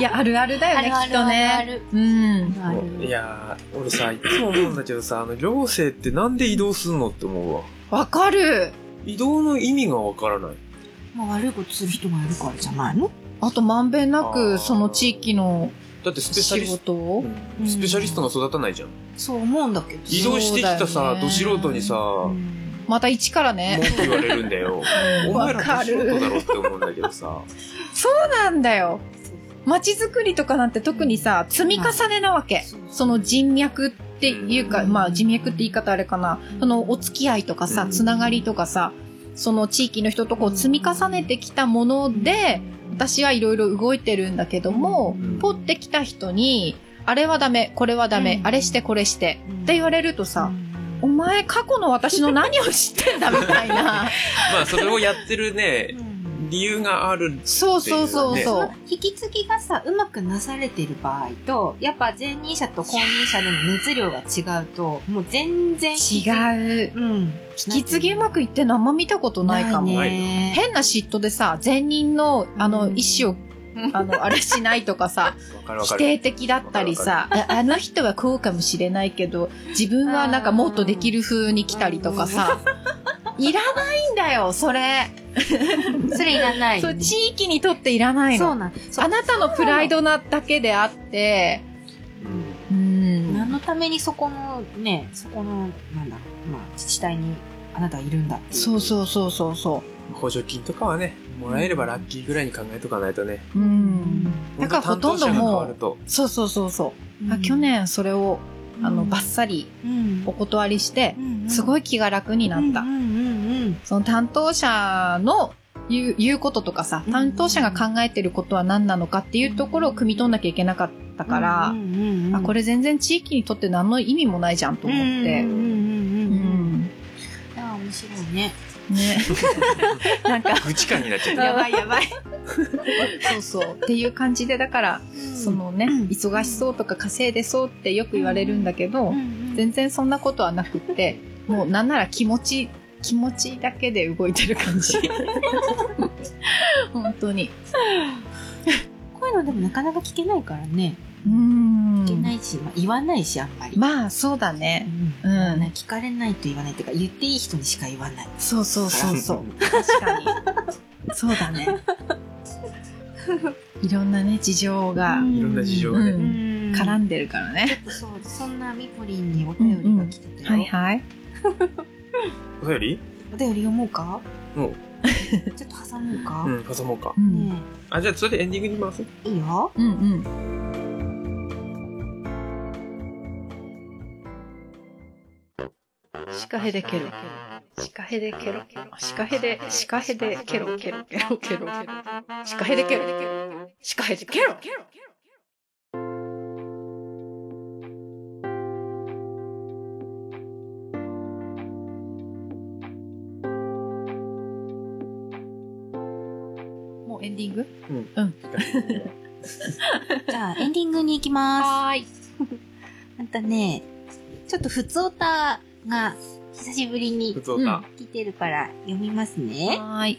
A: いや、あるあるだよね、きっとね。
C: る
A: うん。
C: ある
B: いやー、俺さ、いつも思うんだけどさ、あの、行政ってなんで移動すんのって思うわ。
A: わかる。
B: 移動の意味がわからない。
C: まあ悪いことする人がいるからじゃないの
A: あと、まんべんな
B: あー
A: く、その地域の
B: だってスペシャ
A: 仕
B: リスト、
A: 事を。
B: うんスペシャリストが育たないじゃん。
C: そう思うんだけど。
B: 移動してきた
A: そうだよ
B: さ、
A: ね
B: ど素人にさ、
C: うん
A: また一からね。
B: 文句言われるんだ よ。お前らど素人だろって思うんだけどさ。
A: そうなんだよ。街づくりとかなんて特にさ、積み重ねなわけ。その人脈っていうか、
C: うん
A: まあ人脈って言い方あれかな。そのお付き合いとか
B: う
A: さ、
B: ん
A: つながりとかさ、その地域の人とこう積み重ねてきたもので、私はいろいろ動いてるんだけども、
B: うん
A: ポってきた人に、あれはダメ、これはダメ、
C: うん
A: あれしてこれして、って言われるとさ、お
C: うん
A: 前過去の私の何を知ってんだみたいな。
B: まあ、それをやってるね、理由がある。
A: そうそうそう
B: ね
A: そう。
C: 引き継ぎがさ、うまくなされてる場合と、やっぱ前任者と後任者での熱量が違うと、もう全然
A: 違う。
C: う。うん。
A: 引き継ぎうまくいってんのあんま見たことないかも。
B: ね
C: ね。
A: 変な嫉妬でさ、前任の、あの、
C: うん
A: 意思 を、あの、あれしないとかさ、
B: わかるわ
A: 否
B: か
A: 定
B: る。
A: 的だったりさ、ああの人はこうかもしれないけど、自分はなんかもっとできる風に来たりとかさ、いらないんだよ、それ。
C: それいらない。
A: そう、地域にとっていらない
C: そう
A: の。
C: なん。そう
A: あなたのプライドなだけであって、
B: うん
A: うん。
C: 何のためにそこの、ね、そこの、なんだろう、まあ、自治体にあなたいるんだっていう。
A: そうそうそうそうそ
B: 補助金とかはね、もらえればラッキーぐらいに考えとかないとね。
A: う。うん。だからほとんど
B: 本
A: もう
B: 当担当者が変わると。
A: そうそうそうそうう。
C: ん
A: あ去、年それを、あの、バッ
C: ス、
A: サリ
C: うん
A: お断りして、す
C: い
A: ごい気が楽になった。
C: うんうんうんうん
A: その担当者の言う言うこととかさ、
C: うん
A: 担当者が考えてることは何なのかっていうところを汲み取んなきゃいけなかったから、
C: うんうんうん
A: あ、これ全然地域にとって何の意味もないじゃんと思って
C: うん。うん
A: う
C: うんうんうん
A: ん。
C: いや面白いね。
A: ね。 なんか、
B: 愚痴感になっちゃった。
A: やばいやばい。そうそう。っていう感じで、だから、そのね、
C: うん
A: 忙しそうとか稼いでそうってよく言われるんだけど、
C: うんうん、
A: 全然そんなことはなくって、もうなんなら気持ち、気持ちだけで動いてる感 じ。本当に。
C: こういうのでもなかなか聞けないからね。
A: うーん
C: 聞けないし、まあ、言わないし、あんまり。
A: まあ、そうだね。
C: う
A: うん
C: ん。聞かれないと言わないっていうか、言っていい人にしか言わない。
A: そうそうそうそう。確かに。そうだ ね。いろんなね、事情が、
B: いろんな事情
A: う
B: がね。
A: ん、絡んでるからね。
C: そう、そんなミポリンにお便りが来てて、
A: はいはい。
B: お便り
C: お便り読もうか
B: も
C: ちょっと挟もうか、
B: う、うん、挟もうか
A: う。ん
C: ね
B: あ、じゃあ、それでエンディングに回す
C: えいいよ。
A: うんうん。シカヘデケロ。シカヘデケロ。シカヘデ、シカヘデケロケロケロケロ。シカヘデケロ。シカヘデケロ。もうエンディング
C: じゃあ、エンディングに行きま
A: い。
C: す。あんたね、ちょっと普通オタが久しぶりに
B: 普通か。
C: 来てるから読みますね。
A: はーい。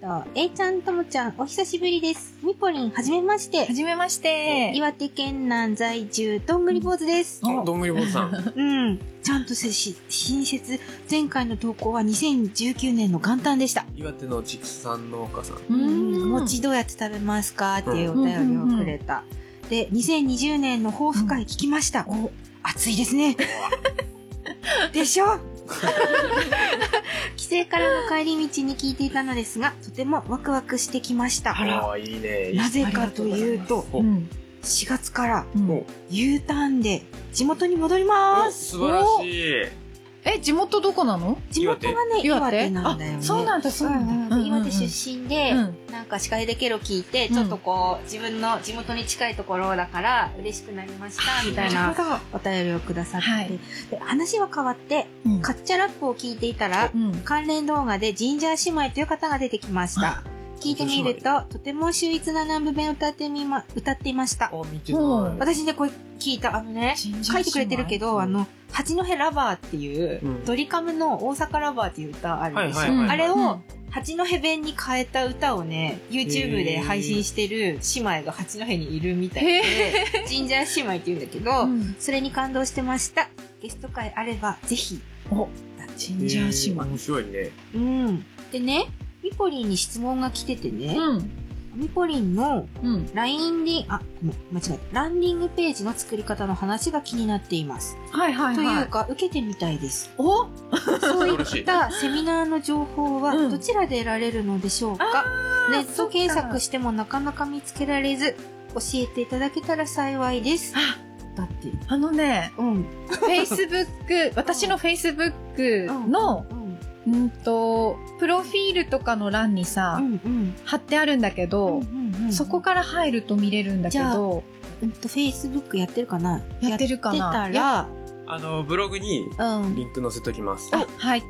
C: とえいちゃん、ともちゃん、お久しぶりです。ミポリン、はじめまして
A: は。じめまして。
C: 岩手県南在住、どんぐり坊主です。
B: あどんぐり坊さん。
C: うん。ちゃんとせし、新設、前回の投稿は2019年の元旦でした。
B: 岩手の畜産農家さん。
A: うん
C: 餅どうやって食べますかっていうお便りをくれた。で、2020年の抱負会聞きました。お、暑いですね。でしょ 帰省からの帰り道に聞いていたのですが、とてもワクワクしてきました。
B: あー、いいね。いい
C: なぜかというと、
B: お
A: うん。
C: 4月から
A: うん
B: お
C: U ターンで地元に戻りま
B: お
C: す。
B: 素晴らしい。
A: え、地元どこなの
C: 地元はね、岩手なんだよね。
A: あ、そうなんだ、そうなんだ。
E: 岩手出身で、
A: うん。
E: なんか司会でケロ聞いて、ちょっとこう、自分の地元に近いところだから、嬉しくなりました、みたい
A: なる
E: な。
A: ほど。
C: お便りをくださって、
A: はい
C: で話は変わって、
A: うん
C: カッチャラップを聞いていたら、
A: うん。
C: 関連動画でジンジャー姉妹という方が出てきました。聞いてみると、とても秀逸な南部弁を歌ってみま、歌っていました。
B: あ、見て
A: うん
B: ない。
C: 私ね、これ聞いた、あのね、書いてくれてるけど、あの、八戸ラバーっていう、
B: うん
C: ドリカムの大阪ラバーっていう歌あるんですよ。
B: はいはいはい
C: あれ
A: う
C: を
A: ん、
C: 八戸弁に変えた歌をね、YouTube で配信してる姉妹が八戸にいるみたいで、ジンジャー姉妹って言うんだけど、
A: うん
C: それに感動してました。ゲスト会あれば、ぜひ。
A: おジンジャー姉
B: えー面白いね。
C: うん。でね、ミポリンに質問が来ててね、
A: 妹。うん。
C: ミポリンの
A: うん。
C: LINE リン、あ、ごめん間違えた。ランディングページの作り方の話が気になっています。
A: はいはいは
C: という
A: い。
C: か、受けてみたいです。
A: お
C: そう
B: 素
C: い
B: 晴
C: っ
B: ら
C: たセミナーの情報は
A: うん
C: どちらで得られるのでしょうか、ネット検索してもなかなか見つけられず、教えていただけたら幸いです。
A: あ
C: だって。
A: あのね、
C: うん。
A: Facebook、私の Facebook の、
C: うん。
A: うんと、プロフィールとかの欄に
C: う
A: さ、
C: ん。うん。
A: 貼ってあるんだけ
C: うん
A: ど、
C: うんうん
A: そこから入ると見れるんだけど、
C: うんと、Facebook やってるかな
A: やってるかな
C: やって
B: あの、ブログに
C: たら、うん。だ
B: リンク載せときます。
A: あ、はい。
C: っ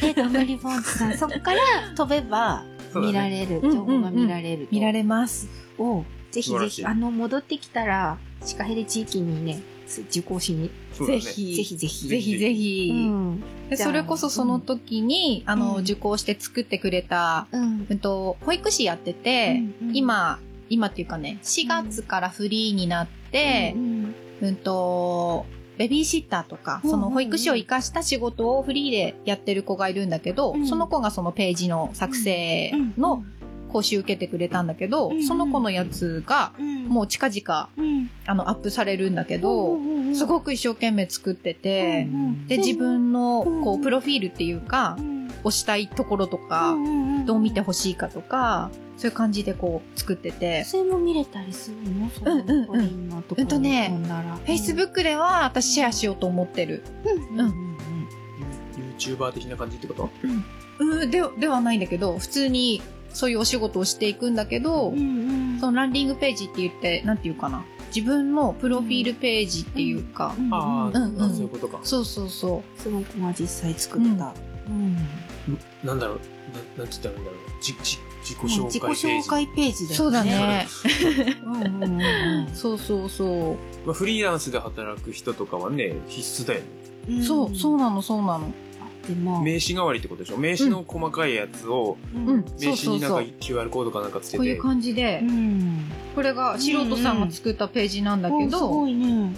C: て、どんぐりぼんちさん、そこから飛べば、
B: そうだ
C: 見
B: ね
C: られる、情報が見られると。
A: 見られます。
C: を、ぜひ
B: 素晴
C: ぜ
B: らし
C: ひ、
B: い
C: あの、戻ってきたら、シカヘレ地域にね、受講しに、
B: そうだ
A: ぜ
B: ね。
A: ひ。
C: ぜひぜひ。
A: ぜひぜひ。
C: うん。
A: で
C: じゃあ
A: それこそその時に、あの、
C: うん
A: 受講して作ってくれた、
C: うん。
A: うんと、保育士やってて、
C: うんうん
A: 今、今っていうかね、4月からフリーになって
C: う、ん
A: うん、と、ベビーシッターとか、
C: うん
A: その保育士を活かした仕事をフリーでやってる子がいるんだけど、
C: うん
A: その子がそのページの作成の、講習受けてくれたんだけど、
C: うんうん
A: その子のやつが、
C: うん
A: もう近々、
C: うん、
A: あの、アップされるんだけ
C: う
A: ど、
C: んうんうん
A: すごく一生懸命作ってて、
C: うん
A: で、自分の、こ
C: う
A: う、
C: ん
A: プロフィールっていうか
C: う、ん
A: 押したいところと
C: う
A: か
C: ん、うんうん
A: どう見てほしいかとか、そういう感じでこう、作ってて。
C: それも見れたりするのそ
A: うんうんうん
C: のコリンのところ
A: うんとね
C: 飛んだら
A: Facebook では私シェアしようと思ってる。
C: うん
A: うん
B: ユーチューバー的な感じってこと
A: うん、で、ではないんだけど、普通にそういうお仕事をしていくんだけど
C: うん、うん
A: そのランディングページって言って、なんていうかな。自分のプロフィールページっていうか、
C: うん
B: あ
A: うんうん
B: あ、そういうことか。
A: そうそうそ
C: その子が実際作った、うん
B: なんだろう、ななんて言ったらいいんだろう。じ、じ、自己
C: もう
B: 紹
C: 自己
B: 介ペー
C: 紹
B: ジ。
C: 介ページ
A: う。
C: だよね
A: そうだね。
C: うんうんうんうん
A: そうそうそ
B: まあ、フリーランスで働く人とかはね、必須だよね。
C: うん
A: う。そう、そうなの、そうなの。
C: あでも、
B: 名刺代わりってことでしょ名刺の細かいやつを、
A: うん、そ
B: 名
A: う
B: 刺
A: そう
B: になんか
A: そう。
B: QR コードかなんかつけ
A: こうい
B: て
A: う。感じで
C: う、ん。
A: これが素人さんが作ったページなんだけ
C: おす
A: ど、
C: ごいね。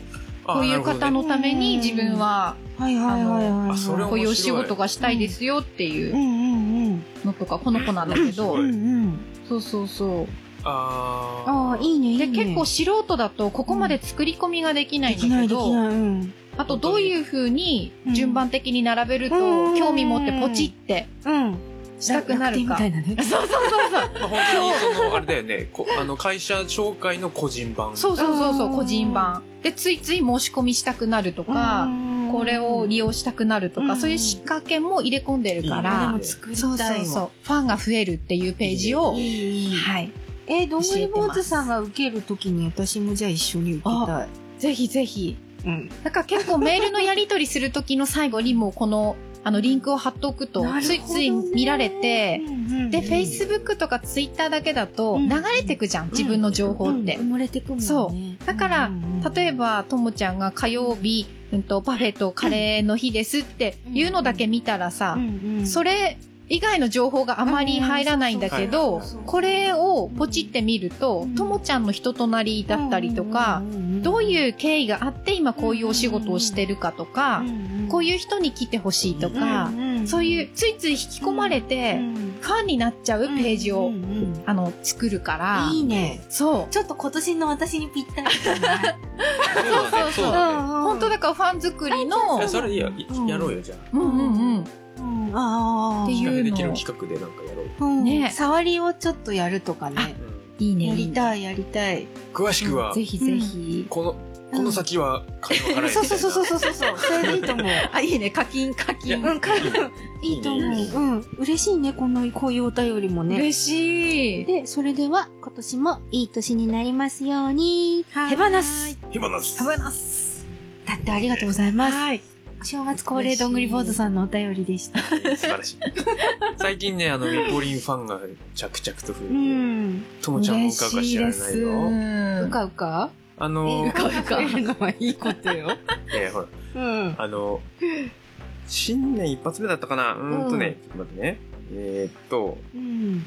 B: あ
A: こうい
B: なる
A: う方
B: ほどね
A: のために自分は
C: はいはいはいはいはい。
B: あそれ
A: こういうお仕事がしたいですよって
C: う
A: いうん
C: うんうん。
A: のとか、この子なんだけど
B: う、
C: うんん
A: そうそうそう。
B: あ
C: うん。ああ、
B: ー
C: いいね、いいね。
A: で、結構素人だとここまで作り込みができない
C: で
A: んだ
C: き
A: け
C: ないでき
A: ど、
C: ない。うん。
A: あとどういう風に順番的に並べる
C: う
A: と
C: ん
A: 興味持ってポチって
C: うん。
A: したくなるか
C: 楽。天みたいなね。
A: そうそうそうそう。
B: まあ本当にその、あれだよね、こあの会社紹介の個人版。
A: そうそうそうそうう、
C: ん
A: 個人版。で、ついつい申し込みしたくなるとか、これを利用したくなると
C: う
A: か、
C: ん
A: そういう仕掛けも入れ込んでる
B: い
A: か
B: いね
A: ら、
C: 作
A: そうそうそう、ファンが増えるっていうページを、
B: い
C: いいいい
A: はい。
C: えー、どんぐり坊主さんが受けるときに私もじゃあ一緒に受けたい。
A: ぜひぜひ。
C: うん。
A: なんか結構メールのやり取りするときの最後にもうこの、あの、リンクを貼っておくと、ついつい見られて、で、
C: で
A: Facebook とか Twitter だけだと
C: うん
A: 流れてくじゃん、自分の情報って。
C: 埋もれてくもんね。
A: そだから例え
C: ば、
A: ば、ともちゃんが火曜日、うんと、パフェとカレーの日ですっていうのだけ見たらさ、そ
C: れ、
A: れ以外の情報があまり入らないんだけ
B: うんそ
A: ど
B: うそうそう、
A: これをポチってみると
C: う、ん
A: ともちゃんの人となりだったりとか、どういう経緯があって今こういうお仕事をしてるかとか、こう
C: う
A: いう人に来てほしいとか、
C: んん
A: そういうついつい引き込まれて
C: う、ん
A: ファンになっちゃうページ
C: う
A: を、
C: んうん
A: あの、作るから、
C: いいね。
A: そう。
E: ちょっと今年の私にぴったりだな
B: そうだね。
A: そうそうそう
B: そうだね。
A: 本当
C: だ。
A: だからファン作りの
B: いや、、それいいよ。い
C: うん
B: やろうよ、じゃあ。
A: うんうんうん。
C: うんああ。
A: ってい
B: 企画
A: うの
B: できる企画でなんかやろう。
C: うん
A: ね
C: 触りをちょっとやるとかね。
B: うん
A: いいね。
C: や
A: いい
C: り
A: ね
C: たい、やりたい。
B: 詳しくは
A: ぜ、ひぜひ。
B: この、この先は金を払えみたいな。
C: そうそうそうそうそうそう。 それでいいと思う。
A: あ、いいね。課金、課
B: いや
A: 金。
C: うん、かいいと思う。うん、嬉しいね、この、こういうお便りもね。
A: 嬉しい。
C: で、それでは、今年もいい年になりますように、手放す。
B: 火花です
A: 食べます。
C: だってありがとうございます。
A: はい。
C: お正月恒例どんぐり坊主さんのお便りでした。
B: 素晴らしい。最近ね、あの、ミポリンファンが着々と増
C: う
B: え
C: ん。
B: て、ともちゃんもうかうか知られないよ。
A: う
C: うかうか
B: あの、
A: かう か。
C: るのはいいことよ。
B: えーほら、
C: うん。
B: あの、新年一発目だったかなうーんとね、ちょっと待ってね。えーっと、
C: うん。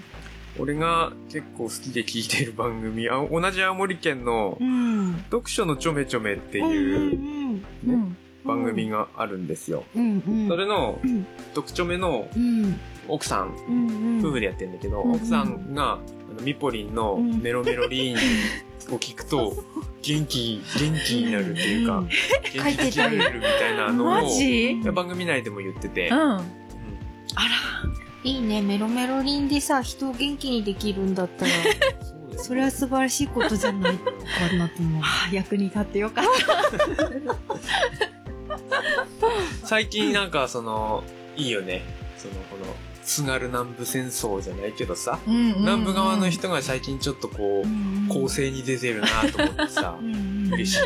B: 俺が結構好きで聞いている番組、あ同じ青森県の
C: うん。
B: 読書のちょめちょめって
C: うん
B: いう
A: うん。
B: 番組があるんですよ。
C: うんうん。
B: それの
C: うん、
B: 読書めの
C: うん。
B: 奥さん、
C: うん。
B: 夫婦でやってんだけど、
C: うん
B: 奥さんが、あのミポリンの
C: うん
B: メロメロリーンを 聞くと、元気、元気になるっていうか、元気づけられるみたいなの
A: マ
B: を、
A: ジ
B: いや番組内でも言ってて、
A: うん。
B: うん
A: あ
C: いいね、メロメロリンでさ、人を元気にできるんだったら、 それは素晴らしいことじゃないかなと思う。
A: ら。役に立ってよかっ
B: 最近なんかその、いいよね。その、この、津軽南部戦争じゃないけどさ、
A: た。うん。
B: 南部側の人が最近ちょっとこう、構成に出てるなと思って さ、嬉しい。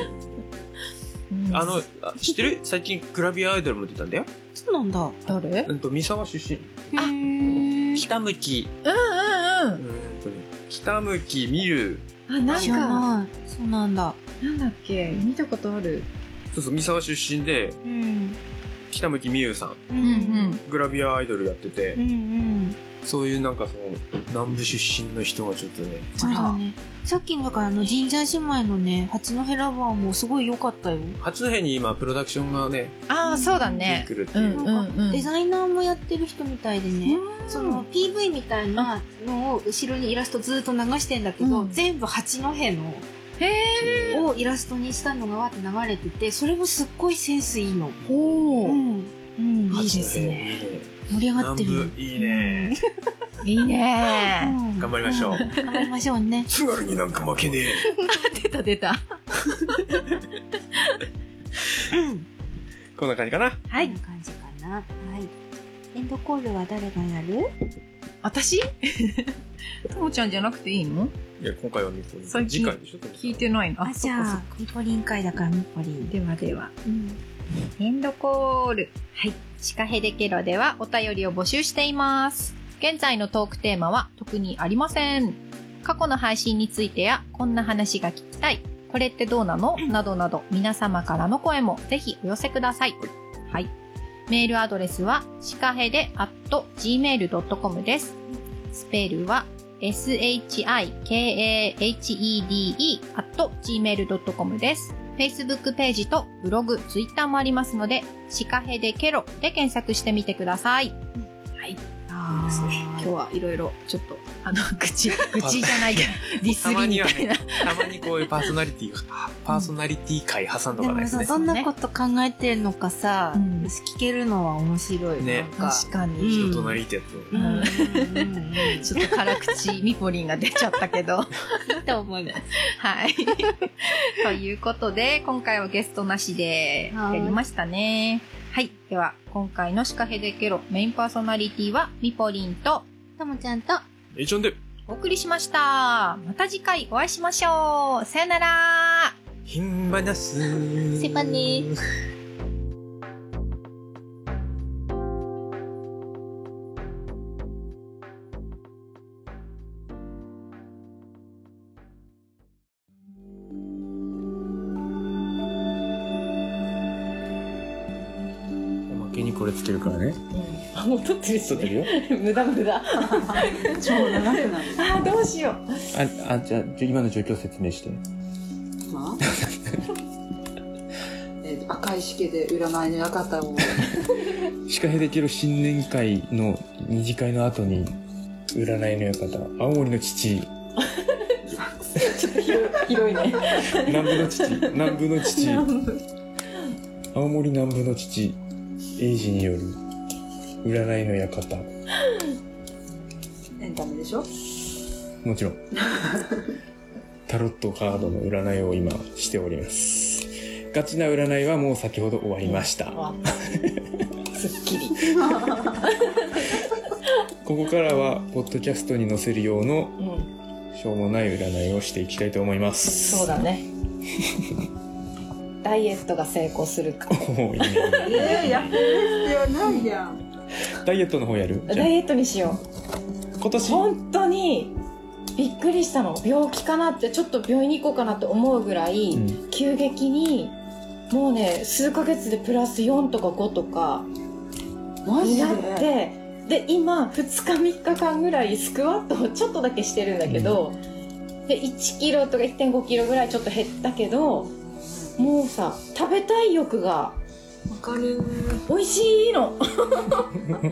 A: うん。
B: あの、あ知ってる最近グラビアアイドルも出たんだよ。
C: そうなんだ。
A: 誰
B: うんと、三沢出身。
C: あ、
B: 北向き。
A: うんう
B: うんんとね、北向き美優。
A: うん。あ、なん
C: 知ら
A: か、
C: ない。そうなんだ。
A: なんだっけ見たことある。
B: そうそう、三沢出身で、
C: うん。
B: 北向き美優さん。
C: う
A: うんうん。
B: グラビアアイドルやってて
C: うんう、ん。
B: そういうなんかその、南部出身の人がちょっとね、
C: そうだね。さっきのだからあの、神社姉妹のね、八戸ラバーもすごい良かったよ。
B: 八戸に今プロダクションがね、
A: ああ、そうだ
B: 出て
A: ね
B: く。るって
A: う
B: い
A: ん
B: う。
A: うんうん。
C: デザイナーもやってる人みたいでね、
E: その PV みたいなのを後ろにイラストずーっと流してんだけど、
A: うん
E: 全部八戸の
A: へえ。
E: をイラスト
C: 人にしたのがわって流れてて、それもすっごいセンスいいの。
A: ほ
C: う
A: ー
C: ん。うん。
B: 八戸
A: いいですね。
C: 盛り上がって
B: 南
C: るよ。
B: 部いいね。
A: いいね
C: うん
B: 頑張りましょう
C: うん頑張りましょう ね。
B: 津軽になんか負けねえ。
A: ー。出た出た。
B: こんな感じかな。
A: はい
C: こんな感じかな。はい。エンドコールは誰がやる
A: 私 ともちゃんじゃなくていいの
B: いや、今回はミポリン。
A: 最近
B: 次回でしょ
A: 聞いてないな。
C: あ、じゃあ、ミポリン会だからミポリン。
A: ではでは。エンドコール。はい。シカヘデケロではお便りを募集しています。現在のトークテーマは特にありません。過去の配信についてや、こんな話が聞きたい、これってどうなのなどなど、皆様からの声もぜひお寄せください。はい。メールアドレスは、シカヘデ at gmail.com です。スペルは、shikahede at gmail.com です。Facebook ページとブログ、Twitter もありますので、シカヘデケロで検索してみてください。
C: あ
A: 今日はいろいろ、ちょっと、あの、愚痴、愚痴じゃないけど、ディス
B: た
A: り
B: まに
A: み
B: は
A: たいな
B: ね。、たまにこういうパーソナリティ、パーソナリティ会挟ん
C: ー
B: ど
C: で
B: かない
C: も
B: です
C: さ
B: ね。
C: そんなこと考えてるのかさ、
A: うん
C: 聞けるのは面白い
B: ね
C: なんか
A: 確かに。
B: 人となりってやつ。
C: うんうんうんうん
A: ちょっと辛口ミポリンが出ちゃったけど。
E: と思います。
A: はい。ということで、今回はゲストなしでや
E: はい
A: りましたね。はい。では、今回のシカヘデケロメインパーソナリティはミポリンと
E: ともちゃんと、
B: えいちゃんで、
A: お送りしました。また次回お会いしましょう。さよなら。
B: ひんばなす。
E: せばねー
B: おまけにこれつけるからね。
F: もう撮ってるし
B: 撮って
F: ね。
B: るよ。
F: 無駄無駄。
C: 超長くなる
F: ああ、どうしよう。
B: あ、あ、じゃあ、今の状況説明して。
F: まあえーと赤いしけで占いの館を
B: シカヘデケロ新年会の二次会の後に、占いの館、青森の父、
F: ちょっと広広いね
B: 南部の父、南部の父、青森南部の父、英治による、占いの館。
F: エンタメでしょ
B: もちろん。タロットカードの占いを今しております。ガチな占いはもう先ほど終わりました。こ
F: わすっきり
B: こからは、ポッドキャストに載せる用の、
F: うん
B: しょうもない占いをしていきたいと思います。
F: そうだねダイエットが成功 するか
B: おー。いいね
F: ええや
B: ダイエットの方やるじゃ
F: ダ
B: あ
F: イエットにしよ
B: 今
F: う
B: 年
F: 本当にびっくりしたの病気かなってちょっと病院に行こうかなって思うぐらい、
B: うん
F: 急激にもうね数ヶ月でプラス4とか5とか
E: マ
F: になってで今2日3日間ぐらいスクワットをちょっとだけしてるんだけど、で1キロとか1 5キロぐらいちょっと減ったけどもうさ食べたい欲が
E: わかる。
F: 美味しいの 食べ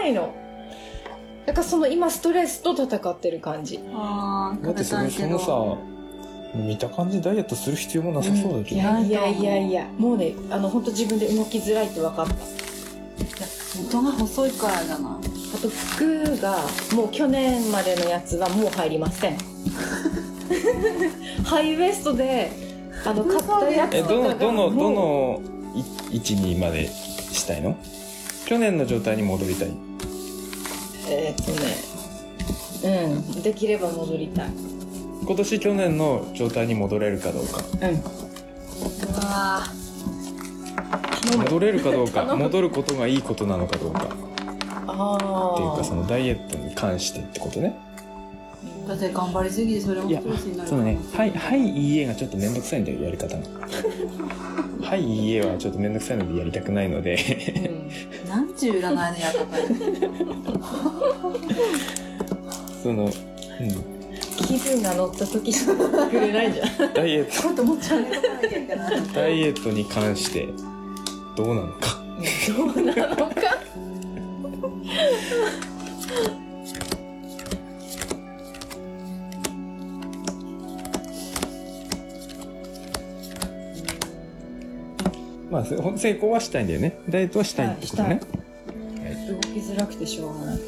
F: たいのだからその今ストレスと戦ってる感じ
E: あー
B: だってそれそのさ、見た感じダイエットする必要もなさそうだけ
F: い
B: ど、
F: やいやいやいやもうねあの本当自分で動きづらいって分かった
E: 元が細いからだな。
F: あと服がもう去年までのやつはもう入りませ んハイウエストであの買ったや
B: え
F: つとか
B: ど
F: が
B: のどのど
F: もう
B: のい位置にまでしたいの去年の状態に戻りたい
F: えーっとねうんできれば戻りたい
B: 今年去年の状態に戻れるかどうか
E: うわ
B: 戻れるかどうか
F: 頼む
B: 戻ることがいいことなのかどうかっ
F: あ
B: ていう
F: あ
B: かそのダイエットに関してってことね
E: だって頑張りすぎてそれもストレスになる
B: そうねはいはいいいえがちょっと面倒くさいんだよやり 方がはいいいえはちょっと面倒くさいのでやりたくないので
E: なんちゅう占いのやり方
B: その、うん、
F: 気分が乗った時しかくれないじゃん
B: ダイエッ
F: ちょっと思っちゃうね
B: トダイエットに関してどうなのか
F: どうなのか
B: まあせほん成功はしたいんだよねダイエットはしたいってこと
F: は
B: ね
F: い動きづらくてしょうがない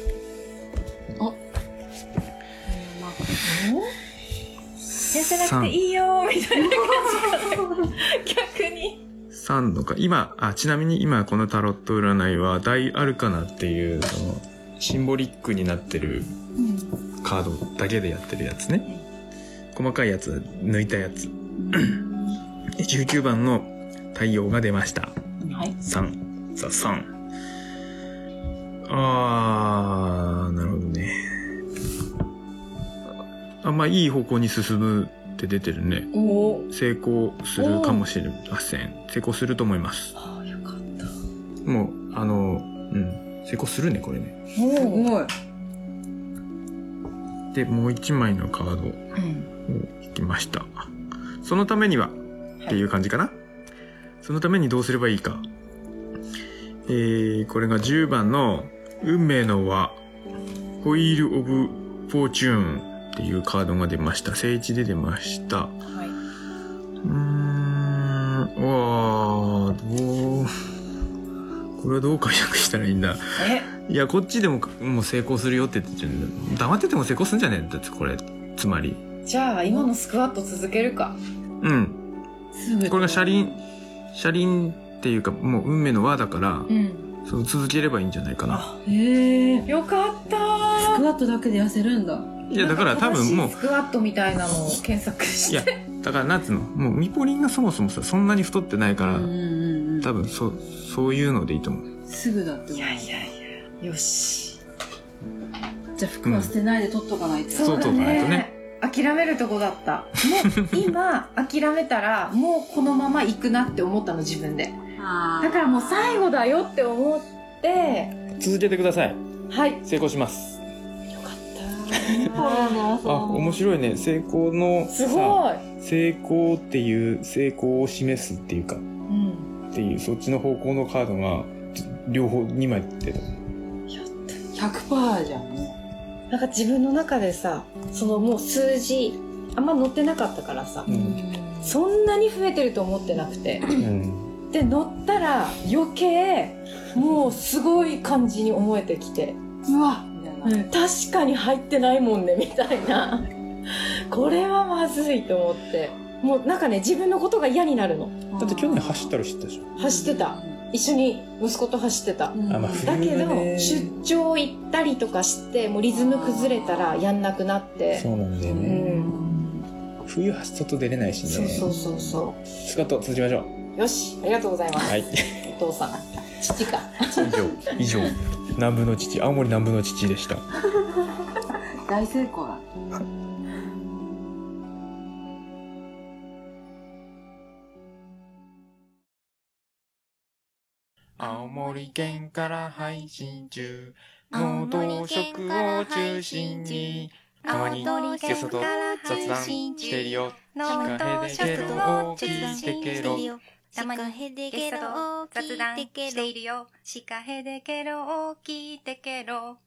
B: 痩せなくてい
F: いいよーみたいな感じが逆に
B: 3のか今あちなみに今このタロット占いは大アルカナっていうそのシンボリックになってるカードだけでやってるやつね、細かいやつ抜いたやつ19番の太陽が出ました、
F: はい
B: 3ザ3あーなるほどねあまあいい方向に進むって出てるね
F: おお
B: 成功するかもしれません成功すると思います
F: ああよかっ
B: もう、あの、うん、成功するね、これね。
C: すごい。
B: で、もう一枚のカードを引きました。そのためには、っていう感じかな。そのためにどうすればいいか。えー、これが10番の、運命の輪、ホイール・オブ・フォーチューンっていうカードが出ました。聖地で出ました。うーん、うわーどう、これはどう解釈したらいいんだ。いや、こっちでも、もう成功するよって言ってるんだ黙ってても成功するんじゃねえんだって、これ。つまり。
F: じゃあ今のスクワット続けるか
B: うん。
F: すぐ
B: これが車輪、車輪っていうか、もう運命の輪だから、
F: うん
B: その続ければいいんじゃないかな。
C: へえ。
F: よかった
C: スクワットだけで痩せるんだ。
B: いや、だから多分もう
F: 正しい、スクワットみたいなのを検索し
B: いや
F: て、
B: だからなんつうの、もうミポリンがそもそもさ、そんなに太ってないか
C: う
B: ら、
C: んうんうん
B: 多分そ、そういうのでいいと思う。
C: すぐだって思う。
F: いやいやよし
C: じゃあ服は捨てないで取っとかないと。
B: そうとかないとね
F: 諦めるとこだったもう今諦めたらもうこのまま行くなって思ったの自分でだからもう最後だよって思って
B: 続けてください。
F: はいよ
B: 成功します。
F: かっ
B: あ、面白いね。成功の、
F: たす
B: さ
F: ごい
B: 成功っていう、成功を示すっていうか、
F: うん
B: っていう、そっちの方向のカードが、両方2枚出た。
F: やった
C: 100%じゃん。も
F: なんか自分の中でさそのもう数字あんま載ってなかったからさ、
B: うん。
F: そんなに増えてると思ってなくて
B: うん。
F: で乗ったら余計もうすごい感じに思えてきてうわ
C: うみたいな
F: 確かに入ってないもんねみたいなこれはまずいと思ってもうなんかね自分のことが嫌になるの
B: だって去年走ったりしてたでしょ。
F: 走ってた一緒に息子と走ってた
C: うん
B: あまあ
F: だけど
B: ね
F: 出張行ったりとかしてもうリズム崩れたらやんなくなって
B: うなんだよ
F: う。ん
B: 冬は外出れないし
F: そうそうそうそ
B: スカット続きましょう。
F: うよしありがとうございます
B: はい。
F: お父さん父か
B: 以上以上南部の父青森南部の父でした
C: 大成功だ。
G: 青森県から配信中農道食を中心にたまにゲストと雑談してるよ
D: 農道
G: シカヘデ
D: 食
G: ゲロ
D: を
G: を
D: 中
G: 聞いて
D: 心に
G: け
D: し
G: ろ
D: ているよ。たまにゲストと雑談しているよ。シカヘデケロを聞いてケロ。